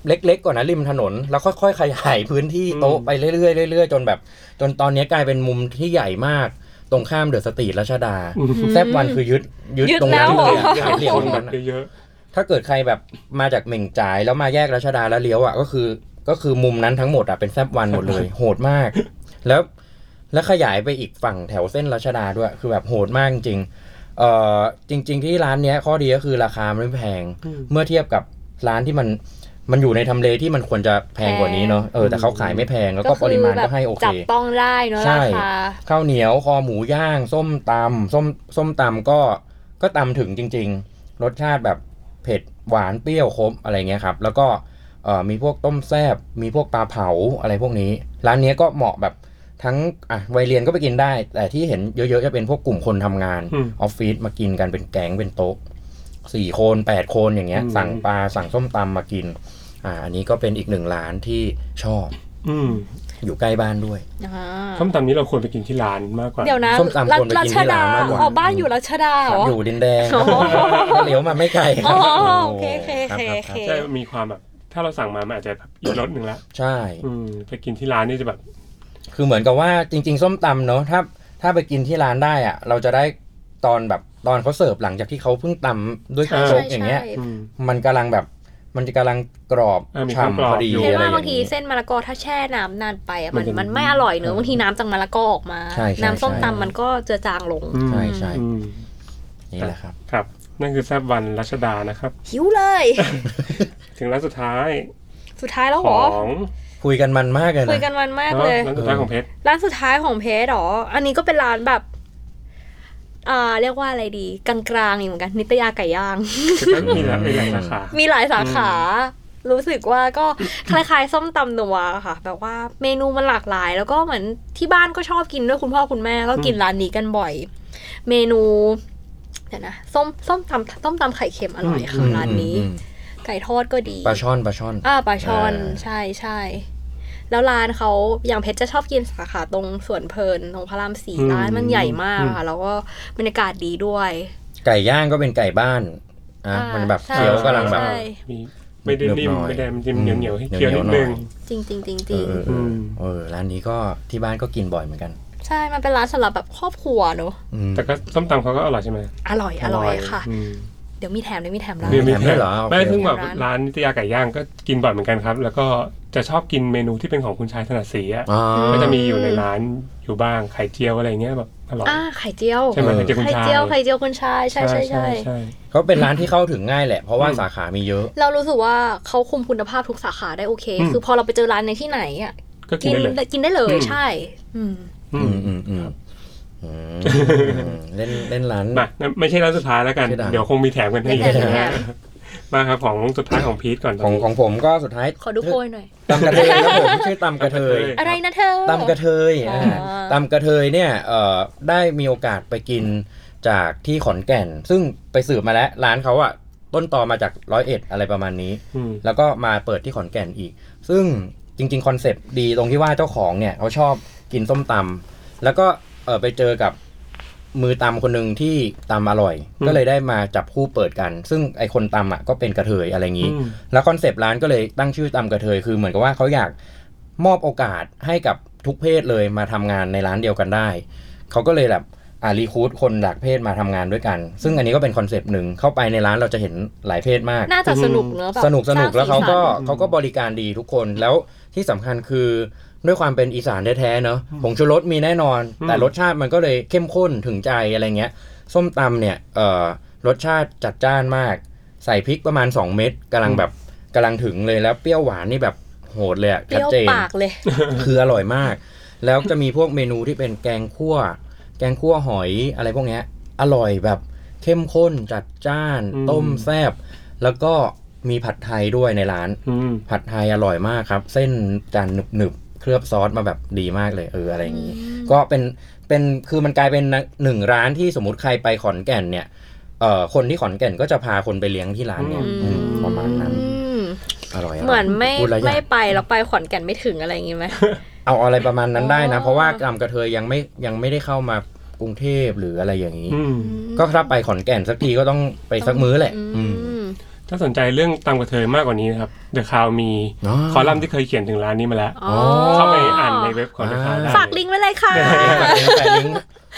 S3: เล็กๆก่อนนะริมถนน แล้วค่อยๆขยายพื้นที่โต๊ะ
S2: อืม
S3: ไปเรื่อยๆเรื่อยๆจนแบบ จนตอนนี้กลายเป็นมุมที่ใหญ่มากตรงข้ามเดอะสตรีทรัชดา
S2: อืม
S3: แซบวันคือยึดยึด
S4: ยึด
S3: ตรงนั้น
S4: แล้
S3: เล
S4: ว
S3: ยอะ
S2: อยาก
S3: ขายเหลี่ยม
S2: ค
S3: ต
S2: น
S3: รง
S2: แบ
S3: นั้
S2: บ
S3: นอะ
S2: เยอะ
S3: ถ้าเกิดใครแบบมาจากเหม่งจ่ายแล้วมาแยกรัชดาแล้วเลี้ยวอ่ะก็คือก็คือมุมนั้นทั้งหมดอ่ะเป็นแซบวันหมดเลย โหดมาก แล้วแล้วขยายไปอีกฝั่งแถวเส้นรัชดาด้วย คือแบบโหดมากจริงๆเอ่อจริง ๆ ที่ร้านเนี้ยข้อดีก็คือราคาไม่แพง
S2: ๆอืม
S3: เมื่อเทียบกับร้านที่มันมันอยู่ในทำเลที่มันควรจะแพงกว่านี้เนาะเออแต่เขาขายไม่แพงแล้วก็ปริมาณก็ให้โอ
S4: จั
S3: เค
S4: บต้องได้เนอะ
S3: ใช่
S4: ราคา
S3: ข้าวเหนียวคอหมูย่าง ส้มตำส้มส้มตำก็ก็ตำถึงจริง ๆ รสชาติแบบเผ็ดหวานเปรี้ยวครบอะไรเงี้ยครับ แล้วก็เอ่อมีพวกต้มแซบมีพวกปลาเผาอะไรพวกนี้ ร้านเนี้ยก็เหมาะแบบทั้งอ่ะวัยเรียนก็ไปกินได้ แต่ที่เห็นเยอะๆจะเป็นพวกกลุ่มคนทำงาน
S2: อืม
S3: ออฟฟิศมากินกันเป็นแก๊งเป็นโต๊ะสี่คนแปดคนอย่างเงี้ย
S2: อืม
S3: สั่งปลาสั่งส้มตำมากินอ่าอันนี้ก็เป็นอีกหนึ่งร้านที่ชอบ
S2: อืม
S3: อยู่ใกล้บ้านด้วย
S4: อ่า
S2: ส้มตำนี้เราควรไปกินที่ร้านมากกว่า
S4: เดี๋ยวนะ
S3: ส้มตำควรไปกินที่
S4: รัชดา
S3: ร้านมากกว่า
S4: อ๋อบ้านอยู่รัชดาเหรอ
S3: อยู่ดินแดง
S4: อ๋อ
S3: ก็เลี้ยวมาไม่ไกลครับ
S4: อ๋อโอเคโอเคโอ
S3: ครับค
S4: เคโอเค
S2: ใช่มีความแบบ ถ้าเราสั่งมามันอาจจะอีกรสหนึ่งละ
S3: รับใช่
S2: อืมไปกินที่ร้านนี่จะแบบ
S3: คือเหมือนกับว่าจริง ๆ ส้มตำเนอะถ้าถ้าไปกินที่ร้านได้อะเราจะได้ตอนแบบตอนเขาเสิร์ฟหลังจากที่เขาเพิ่งตำด้วย
S2: เออ
S3: โจ๊กอย่างเงี้ย
S2: อืม
S3: มันกำลังแบบมันจะกำลังกรอบ
S2: เออมีความ
S3: ฉ่ำพอดี
S2: กรอบอยู่
S4: เห็น
S3: อะไรอบย่า
S4: ว่าา
S3: ง ง
S4: ที
S3: งี้
S4: เส้นมะละกอถ้าแช่น้ำนานไปอะ
S2: มั
S4: มัน
S2: นจะ
S4: มันไม่อร่อยเนอะบางทีน้ำจากมะละกอออกมา
S3: ใช่ใช่
S4: น้ำส้ม
S3: ใช่
S4: ตำมันก็เจือจางลง
S2: อืม
S3: ใช่ใช่
S2: อืม
S3: นี่แหละครับ
S2: ครับ นั่นคือแซบวันรัชดานะครับ
S4: หิวเลย
S2: ถึงร้านสุดท้าย
S4: สุดท้ายแล้ว
S2: ข
S4: เหรอ
S2: อง
S3: คุยกันมันมากเลย
S4: คุยกั
S3: นะ
S4: นมันมาก
S2: แล้ว
S4: เลย
S2: ร้านสุดท้ายของเพชร
S4: ร้านสุดท้ายของเพจหรอ อันนี้ก็เป็นร้านแบบ อ่า เรียกว่าอะไรดีกลางๆนี่เหมือนกัน นิตยาไก่ย่าง
S2: ก็มีหลายหลายสาขา
S4: มีหลายสาขา รู้สึกว่าก็ คล้ายๆ ส้มตำนัวค่ะ แบบว่าเมนูมันหลากหลาย แล้วก็เหมือนที่บ้านก็ชอบกินด้วยคุณพ่อคุณแม่ก็กินร้านนี้กันบ่อย เมนูเดี๋ยวนะส้มส้มตำส้มตำไข่เค็มอร่อยค่ะ
S2: อืม
S4: ร้านนี้ ไก่ทอดก็ดี
S3: ปลาช่อนปลาช่อน
S4: อ่าปลาช่อน
S3: อ่า
S4: ใช่ใช่แล้วร้านเขาอย่างเพชรจะชอบกินสาขาตรงสวนเพลินตรงพระรามสี่
S2: อืม
S4: ร้านมันใหญ่มาก
S2: อืม
S4: ค่ะ แล้วก็บรรยากาศดีด้วย
S3: ไก่ย่างก็เป็นไก่บ้านอ่ะ
S4: อ่ามั
S3: มันแบบ
S4: ใช่
S3: เคี้ยวกำลังแบบ
S4: ใช่
S2: มีไม่ได้นิ่มไม่ได้มันจะเหนียวเหนียวๆให้เคี้ยวนิดนึง
S4: จริงจริงจริงจ
S3: เออเอ
S4: ริง
S3: อเออเออร้านนี้ก็ที่บ้านก็กินบ่อยเหมือนกัน
S4: ใช่มันเป็นร้านสำหรับแบบครอบครัวเนอะ
S3: อืม
S2: แต่ก็ส้มตำเขาก็อร่อยใช่ไหม
S4: อร่อยอร่อยค่ะ
S2: อืม
S4: เดี๋ยวมีแถมเดี๋ยวมีแถมร้าน
S2: มีมี
S3: แถมด้วยเหรอโอเค
S2: ไม่ซึ่งแบบ
S4: ร้าน
S2: ร้านนิตยาไก่ย่างก็กินบ่อยเหมือนกันครับ แล้วก็จะชอบกินเมนูที่เป็นของคุณชายถนัดศรีอะ
S3: อ๋อ
S2: ก็จะมีอยู่ในร้านอยู่บ้างไข่เจียวอะไรเงี้ยแบบอร่อย
S4: อ่าไข่เจียว
S2: ใช่ไหม
S3: เออ
S2: ไข่เจียวคุณ
S4: ไข่
S2: ชาย
S4: เจียวไข่เจียวคุณชายใช่ใช่ใช่
S2: ใช่
S3: ก็เป็นร้านที่เข้าถึงง่ายแหละ เพราะว่า
S2: อืม
S3: สาขามีเยอะ
S4: เรารู้สึกว่าเขาคุมคุณภาพทุกสาขาได้โอเค
S2: อืม
S4: คือพอเราไปเจอร้านในที่ไหนอ่ะ
S2: ก็กินได้เลย
S4: กินได้เลย
S2: อืม
S4: ใช่ อืม
S2: อื
S3: อื
S2: ม
S3: มอืมอืมอืมเล่นเล่นร้าน
S2: มาไม่ใช่ร้านสุดท้ายแล้วกัน
S3: ใช่ด่ะ
S2: เดี๋ยวคงมีแถมกันให้
S4: มีแถมมีแถม
S2: มาครับของสุดท้ายของพีทก่อนต
S3: ข
S2: อ
S3: อนง
S2: นี้
S3: ของผมก็สุดท้าย
S4: ขอดูโพยหน่อย
S3: ตำกระเทยครับ ผมชื่อตำกระเทย
S4: อะไรนะเธอ
S3: ตำกระเทย
S4: อ๋อ
S3: อ่า
S4: อ่
S3: ตำกระเทยเนี่ยเอ่อได้มีโอกาสไปกินจากที่ขอนแก่น ซึ่งไปสืบมาแล้ว ร้านเขาอะต้นตอมาจากร้อยเอ็ดอะไรประมาณนี้
S2: อืม
S3: แล้วก็มาเปิดที่ขอนแก่นอีก ซึ่งจริง ๆ คอนเซปต์ดีตรงที่ว่าเจ้าของเนี่ยเขาชอบกินส้มตำแล้วก็เออไปเจอกับมือตำคนหนึ่งที่ตำอร่อย
S2: อืม
S3: ก็เลยได้มาจับคู่เปิดกัน ซึ่งไอคนตำอ่ะก็เป็นกระเทยอะไรอย่าง
S2: อื
S3: นี้
S2: ม
S3: แล้วคอนเซปต์ร้านก็เลยตั้งชื่อตำกระเทยคือเหมือนกับว่าเขาอยากมอบโอกาสให้กับทุกเพศเลยมาทำงานในร้านเดียวกันได้ เขาก็เลยแบบอ่ารีคูดคนหลากเพศมาทำงานด้วยกัน ซึ่งอันนี้ก็เป็นคอนเซปต์หนึ่งเข้าไปในร้านเราจะเห็นหลายเพศมาก
S4: น่าจะสนุกเนอะแบบ
S3: สนุกสนุกแล้วเขาก็
S4: สร้างสีสัน
S3: เขาก็บริการดีทุกคนแล้วที่สำคัญคือด้วยความเป็นอีสานแท้ๆเนอะผงชูรสมีแน่นอน
S2: อืม
S3: แต่รสชาติมันก็เลยเข้มข้นถึงใจอะไรเงี้ย ส้มตำเนี่ยเอ่อรสชาติจัดจ้านมาก ใส่พริกประมาณ 2 เม็ดกำลังแบบกำลังถึงเลยแล้วเปรี้ยวหวานนี่แบบโหดเลยอะ
S4: เป
S3: ชัด
S4: รี้ยว
S3: เจน
S4: ปากเลย
S3: คืออร่อยมาก แล้วจะมีพวกเมนูที่เป็นแกงคั่ว แกงคั่วหอยอะไรพวกเนี้ย อร่อยแบบเข้มข้นจัดจ้าน
S2: อืม
S3: ต้มแซบแล้วก็มีผัดไทยด้วยในร้าน
S2: อืม
S3: ผัดไทยอร่อยมากครับ เส้นจานหนึบๆ เคลือบซอสมาแบบดีมากเลยเอออะไรอย่างนี้
S4: อืม
S3: ก็เป็นเป็นคือมันกลายเป็นหนึ่งร้านที่สมมติใครไปขอนแก่นเนี่ยเอ่อคนที่ขอนแก่นก็จะพาคนไปเลี้ยงที่ร้านเนี่ย
S2: อืม
S3: อืมประมาณนั้น
S4: อืม
S3: อร่อยๆ
S4: เหมือนไม่
S3: พูดแล้วอยาก
S4: ไม่ไปแล้วไปขอนแก่นไม่ถึงอะไรอย่างงี้ไหม
S3: เอาอะไรประมาณนั้นได้นะ
S4: อ๋อ
S3: เพราะว่ากำกระเทยยังไม่ยังไม่ได้เข้ามากรุงเทพหรืออะไรอย่างนี้
S2: อืม
S4: อืม
S3: ก็ถ้าไปขอนแก่นสักทีก็ต้องไปสักมื้อแหละ อืม
S4: อืม
S2: ถ้าสนใจเรื่องตำกระเทยมากกว่านี้นะครับ เดอะคาวมี
S3: อ๋อ
S2: คอลัมน์ที่เคยเขียนถึงร้านนี้มาแล้ว
S4: อ๋อ
S2: เข้าไปอ่านในเว็บของเดอะคาวได้
S4: ฝากลิงก์ไว้เลยค่ะ
S3: แต่ลิงก์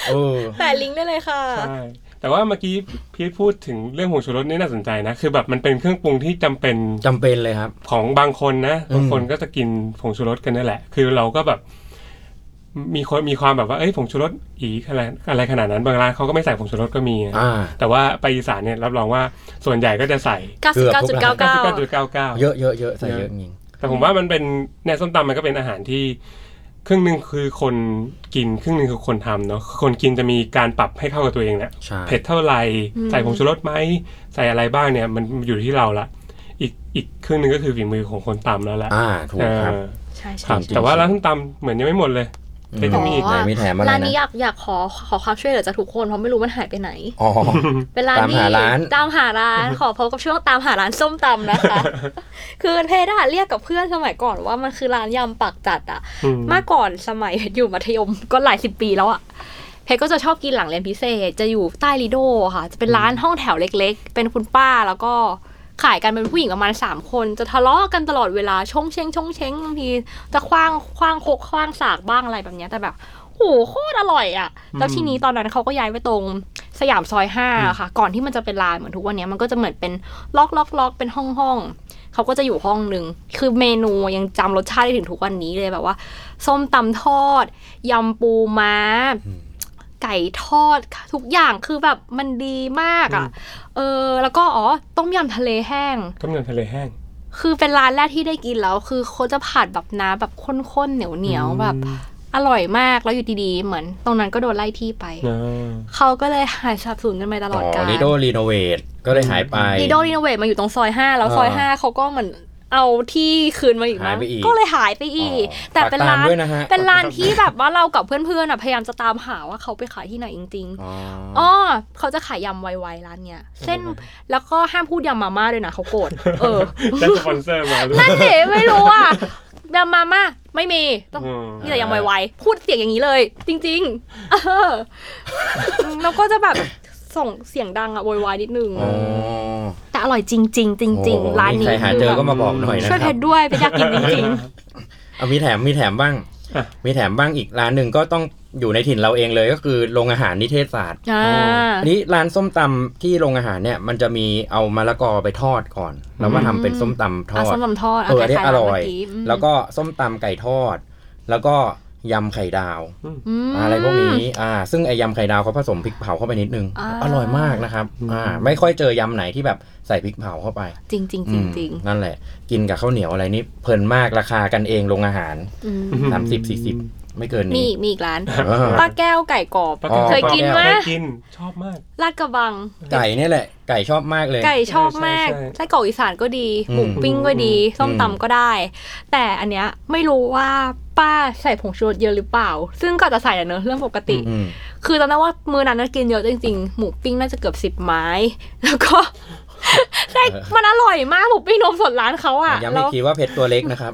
S3: เออ
S4: แปะลิงก์ได้เลยค่ะ
S2: ใช่แต่ว่าเมื่อกี้พี่พูดถึงเรื่องผงชูรสนี่น่าสนใจนะ คือแบบมันเป็นเครื่องปรุงที่จำเป็น
S3: จำเป็นเลยครับ
S2: ของบางคนนะ
S3: อืม
S2: บางคนก็จะกินผงชูรสกันนั่นแหละ คือเราก็แบบ มีคนมีความแบบว่าเอ้ยผงชูรสอีอะไรอะไรขนาดนั้นบางร้านเขาก็ไม่ใส่ผงชูรสก็มีนะ
S3: อ่า
S2: แต่ว่าไปอีสานเนี่ยรับรองว่าส่วนใหญ่ก็จะใส่
S3: เก้า
S2: จุด
S4: 99.99
S2: เก้าเก้า
S3: เยอะเยอะเยอะใส่เยอะจริง
S2: แต่ผมว่ามันเป็นเนี่ยส้มตำมันก็เป็นอาหารที่ ครึ่งหนึ่งคือคนกินครึ่งหนึ่งคือคนทำเนาะคนกินจะมีการปรับให้เข้ากับตัวเองแหละ
S3: ใช่
S2: เผ็ดเท่าไหร่
S4: อืม
S2: ใส่ผงชูรสไหมใส่อะไรบ้างเนี่ย มันอยู่ที่เราละอีกอีกครึ่งหนึ่งก็คือฝีมือของคนตำแล้วแหละ
S3: อ่า ถูกครับ
S2: เออ
S4: ใช่
S2: ค
S4: ใช่
S2: รับ
S3: จริงๆ
S2: แต่ว่าร้านส้มตำเหมือนยังไม่หมดเลยเดี๋ยวจะมีอีก
S4: อ๋อ
S3: ไหนมีแถมอะไร
S4: ร้านนี้อ
S3: นะ
S4: ยากอยากขอขอความช่วยเหลือจากทุกคนเพราะไม่รู้มันหายไปไหน
S3: อ๋อ
S4: เป็นร้านที่
S3: ตามหาร้าน
S4: ตามหาร้าน ขอพบกับช่วงตามหาร้านส้มตำนะคะ คือเพดาเรียกกับเพื่อนสมัยก่อนว่ามันคือร้านยำปากจัดอะ
S2: อืม
S4: เมื่อก่อนสมัยเพชรอยู่มัธยม ก็หลายสิบปีแล้วอะเพชรก็จะชอบกินหลังเรียนพิเศษ จะอยู่ใต้ลิโดค่ะ จะเป็นร้านห้องแถวเล็ก ๆ เป็นคุณป้าแล้วก็ขายกันเป็นผู้หญิงประมาณสามคน จะทะเลาะกันตลอดเวลาชงเชงชงเชงบางทีจะคว้างคว้างคกคว้างสากบ้างอะไรแบบเนี้ยแต่แบบ โหโคตรอร่อยอะ่ะ แล้วทีนี้ตอนนั้นเขาก็ย้ายไปตรงสยามซอยห้าค่ะ ก่อนที่มันจะเป็นลานเหมือนทุกวันเนี้ยมันก็จะเหมือนเป็นล็อกล็อกล็อกเป็นห้องห้องๆเขาก็จะอยู่ห้องหนึ่ง คือเมนูยังจำรสชาติได้ถึงทุกวันนี้เลยแบบว่า ส้มตำทอดยำปูม้า ไก่ทอดค่ะทุกอย่างคือแบบมันดีมากอะ่ะ เออ แล้วก็อ๋อต้มยำทะเลแห้ง
S2: ต้มยำทะเลแห้ง
S4: คือเป็นร้านแรกที่ได้กินแล้ว คือเขาจะผัดแบบน้ำแบบข้นๆเหนียวเหนียวๆแบบ อร่อยมากแล้วอยู่ดีๆ เหมือนตรงนั้นก็โดนไล่ที่ไป
S2: อืม
S4: เขาก็เลยหายสับสนกันไปตล
S3: อ๋
S4: อดกา
S3: อ
S4: ล
S3: ลิโดรีโนเวทก็เลยหายไป
S4: ลีโดรีโนเวทมาอยู่ตรงซอยห้าแล้ว
S3: อ่า
S4: ซอยห้าเขาก็เหมือนเอาที่คืนมาอีกมั้
S3: หาง ยไปอีก
S4: ก็เลยหายไป
S3: อ๋
S4: อี
S3: อก
S4: แต่เป็น
S3: ฝก
S4: ร้าน
S3: มด้วยะฮะ
S4: เป็นร้านที่แบบว่าเรากับเพื่อนๆอะพยายามจะตามหาว่าเขาไปขายที่ไหนจริง
S3: อ๋อ
S4: ๆ
S3: อ
S4: อ๋อเขาจะขายยำไวๆร้านเนี้ยเส้นแล้วก็ห้ามพูดยำมาม่าด้วยนะเขาโกรธเอ อ
S2: ได้สปอนเซอร์มาด้วย
S4: นั่นเหละไม่รู้อ่ะยำมาม่าไม่มีต้อง
S2: อืม
S4: นี่แต่ยังไวๆพูดเสียงอย่างนี้เลย จริงๆเออแล้วก็จะแบบส่งเสียงดังอะโวยวายนิดนึง
S3: อ๋อ
S4: แต่อร่อยจริง ๆ จริง
S3: โอ้โห
S4: ๆ ร้าน
S3: มี
S4: นี้
S3: ใครหาเจอก็มาบอกหน่อยนะ
S4: ช่วย
S3: ค
S4: เพ
S3: รับ
S4: ชรด้วยเพชรอยากกินจริง
S3: เอามีแถมมีแถมบ้าง
S2: อ่ะ
S3: มีแถมบ้างอีกร้านหนึ่งก็ต้องอยู่ในถิ่นเราเองเลยก็คือโรงอาหารนิเทศศาสตร์
S4: ๆอ่า
S3: อันนี้ร้านส้มตำที่โรงอาหารเนี่ยมันจะมีเอามะละกอไปทอดก่อน แล้วมาทำเป็นส้มตำทอ
S4: อ่ะ
S3: ด
S4: ส้มตำทอด
S3: เออได้
S4: คาๆ
S3: อร่อย
S4: เมื่กี้ม
S3: แล้วก็ส้มตำไก่ทอด แล้วก็ยำไข่ดาว
S4: อืม
S3: อะไรพวกนี้อ่า ซึ่งไอยำไข่ดาวเขาผสมพริกเผาเข้าไปนิดนึง
S4: อ่า
S3: ร่อยมากนะครับอ่าไม่ค่อยเจอยำไหนที่แบบใส่พริกเผาเข้าไป
S4: จริงๆจ
S3: อืม
S4: ริง
S3: นั่นแหละ กินกับข้าวเหนียวอะไรนี่เพลินมากราคากันเองโรงอาหาร
S4: ๆอืม
S3: สามสิบสี่สิบไม่เกิน
S4: มี
S3: นี้
S4: มีอีกร้าน
S3: อ่า
S4: ป้าแก้วไก่กรอบ
S2: ปลาทู
S3: เคยกิน
S2: ปลา
S4: ไหม
S2: ทูเคยกิน ชอบมาก
S4: ลาดกระบัง
S3: ไก่เนี่ยแหละไก่ชอบมากเลย
S4: ไก่ชอบมาก
S2: ใช่ใช่
S4: ไส้กรอกอีสานก็ดี
S3: อืม
S4: หมูปิ้งก็ดี
S3: อืม
S4: ส้ม
S3: อืม
S4: ตำก็ได้ แต่อันเนี้ยไม่รู้ว่าป้าใส่ผงชูรสเยอะหรือเปล่า ซึ่งก็อาจจะใส่แหละเนอะเรื่องปกติ
S3: อืม
S4: คือจำได้ว่ามือนั้นน่ะกินเยอะจริงๆ หมูปิ้งน่าจะเกือบสิบไม้ แล้วก็ ไส้มันอร่อยมากหมูปิ้งนมสดร้านเขาอ่ะ
S3: ย้ำ
S4: แล้
S3: อี
S4: ว
S3: กทีว่าเพชรตัวเล็กนะครับ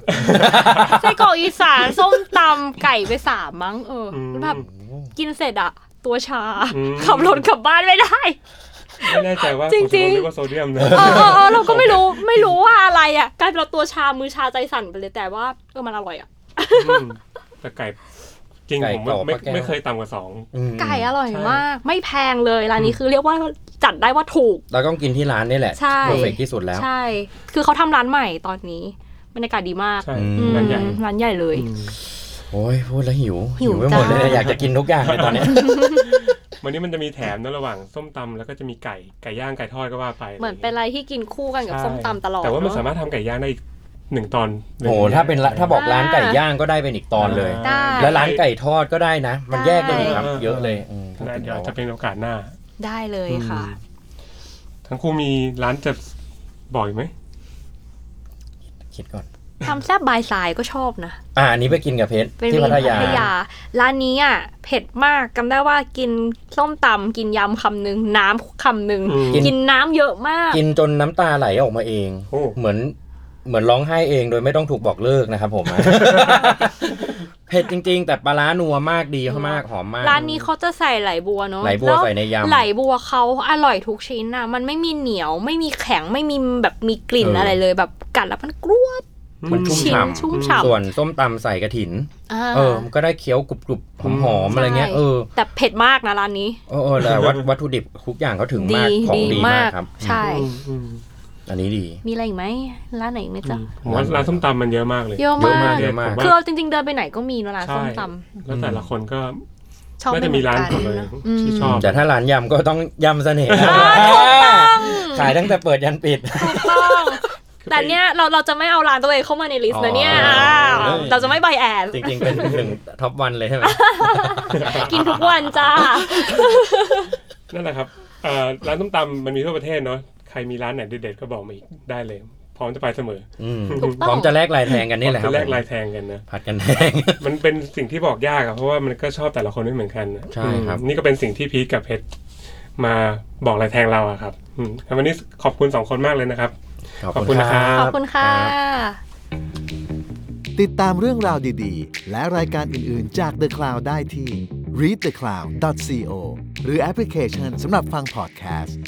S4: ไส้กรอกอีสานส้มตำไก่ไปสามมั้งเอออ
S2: ม
S4: แบบกินเสร็จอะตัวชา
S2: อืม
S4: ขับรถกลับบ้านไม่ได้
S2: ไม่แน่ใจว่า
S4: จริง
S2: ผงชูสห
S4: ๆ
S2: รือว่าโซเดียมนะ
S4: เออเออเออเราก็ไม่รู้ ไม่รู้ว่าอะไรอ่ะกลายเป็นเราตัวชามือชาใจสั่นไปเลยแต่ว่าเออมันอร่อยอ่ะ
S2: มแต่ไก่จริง
S3: ไก่
S2: ผม
S3: กรอบ
S2: ไม่
S3: ปลาแก้ว
S2: ไม่เคยต่ำกว่าสอง
S3: ม
S4: ไก่อร่อยมาก ไม่แพงเลยร้านนี้คือเรียกว่าจัดได้ว่าถูก
S3: เราต้องกินที่ร้านนี่แหละ
S4: ใช่
S3: เพอร์เฟกที่สุดแล้ว
S4: ใช่ คือเขาทำร้านใหม่ตอนนี้บรรยากาศดีมาก
S2: ใช่
S3: อื
S4: อืม
S3: ม
S2: ร้านใหญ่
S4: ร้านใหญ่เลย
S2: อืม
S3: โอ้ยพูดแล้วหิว
S4: หิว
S3: ไปหมดเลย
S4: จ้า
S3: อยากจะกินทุกอย่างเลยตอนเนี้ย
S2: วันนี้มันจะมีแถมนะระหว่างส้มตำแล้วก็จะมีไก่ไก่ย่างไก่ทอดก็ว่าไป
S4: เหมือนเป็นอะไรที่กินคู่กันกับ
S2: ใช่
S4: ส้มตำตลอด
S2: แต่ว่ามัน
S4: เอะ
S2: สามารถทำไก่ย่างได้อีกหนึ่งตอน
S3: โอ้โหถ้าเป็นละถ้าบอกร้านไก่ย่างก็ได้เป็นอีกตอนเลย
S4: ได้
S3: และร้านไก่ทอดก็ได้นะ มันแยกกันอีกครับ
S2: ได้
S3: เยอะเลยอืม
S2: เดี๋ยวจะเป็นโอกาสหน้า
S4: ได้เลยค่ะ
S2: ทั้งคู่มีร้านเจ็บบ่อยไหม
S3: คิดก่อน
S4: ทำแซบบายสายก็ชอบนะ
S3: อ่าอันนี้ไปกินกับเพชร
S4: เป็น
S3: ที่
S4: เม
S3: พั
S4: นู
S3: ทยา
S4: พัทยา ร้านนี้อ่ะเผ็ดมากจำได้ว่ากินส้มตำกินยำคำหนึ่งน้ำคำหนึ่ง
S2: อืม
S4: กินน้ำเยอะมาก
S3: กินจนน้ำตาไหลออกมา เอง
S2: โอ้
S3: เหมือนเหมือนร้องไห้เองโดยไม่ต้องถูกบอกเลิกนะครับผม เผ็ดจริง ๆ แต่ปลาร้านัวมากดีเขามากหอมมาก
S4: ร้านนี้เขาจะใส่ไหลบัวเนาะ
S3: ไหลบัว
S4: แล้
S3: ใส่ในยำ
S4: ไหลบัวเขาอร่อยทุกชิ้นอะมันไม่มีเหนียวไม่มีแข็งไม่มีแบบมีกลิ่น
S3: เอออ
S4: อะไรเลย แบบกัดแล้วมันกรวบ
S3: มันชุ่ม
S4: ชิ้น
S3: ฉ่
S4: ชุ่มฉ่
S3: ำส่วนส้มตำใส่กระถิน
S4: อ่า
S3: เออมันก็ได้เคี้ยวกรุบกรุบหอมหอม
S4: ใช่
S3: อะไรเงี้ยเออ
S4: แต่เผ็ดมากนะร้านนี้
S3: เออเออแต่วัตวัตถุดิบทุกอย่างเขาถึงมา
S4: ดี
S3: กของดีมาก
S4: ดีมาก
S3: ครับ
S4: ใช่
S2: อืมอืม
S3: อันนี้ดี
S4: มีอะไรอีกไหมร้านไหนอีกไหม
S2: อื
S4: จ๊ะ
S2: มผมว่าร้านส้มตำมันเยอะมากเลย
S4: เยอะมาก
S2: เยอะมาก
S3: เยะมก
S4: คือ
S2: ผ
S4: เราจริงๆเดินไปไหนก็มีเนอะร้าน
S2: มว่า
S4: ส้มต
S2: แล้วแต่ละคนก็
S4: ชอบ
S2: น่าจะมีร้านของ
S4: ไม่
S2: ตัวเอง
S4: เหมือนกันอืม
S2: ที่ชอบ
S3: แต่ถ้าร้านยำก็ต้องยำเสน่ห์ขายตั้งแต่เปิดยันปิด
S4: ำถูกต้องแต่เนี้ยเราเราจะไม่เอาร้านตัวเองเข้ามาในลิสต์นะเนี่ย
S3: อ๋ออ่
S4: าเราจะไม่ใบแอด
S3: จริงๆ เป็นหนึ่งท็อปวันเลยใช่ไหม
S4: กินทุกวันจ้า
S2: นั่นแหละครับเอ่อร้านส้มตำมันมีทั่วประเทศเนาะ ใครมีร้านไหนเด็ดๆก็บอกมาอีกได้เลย พร้อมจะไปเสมอ
S3: อืม
S4: ถูกต้อ
S3: พ
S4: ง
S3: ร้อมจะแลกลายแทงกันนี่แหละครั
S2: จะ
S3: บ
S2: แลกลายแทงกันนะ
S3: ผัดกันแทง
S2: มันเป็นสิ่งที่บอกยากอะเพราะว่ามันก็ชอบแต่ละคนไม่เหมือนกันอะ
S3: ใช่ครับ
S2: อืมนี่ก็เป็นสิ่งที่พีทกับเพชรมาบอกลายแทงเราอะครับอืมครับวันนี้ขอบคุณสองคนมากเลยนะครับ ขอบคุณนะครับ
S4: ขอบคุณค่ะ
S1: ติดตามเรื่องราวดีๆ และรายการอื่นๆจาก The Cloud ได้ที่ readthecloud.co หรือแอปพลิเคชันสำหรับฟังพอดแคสต์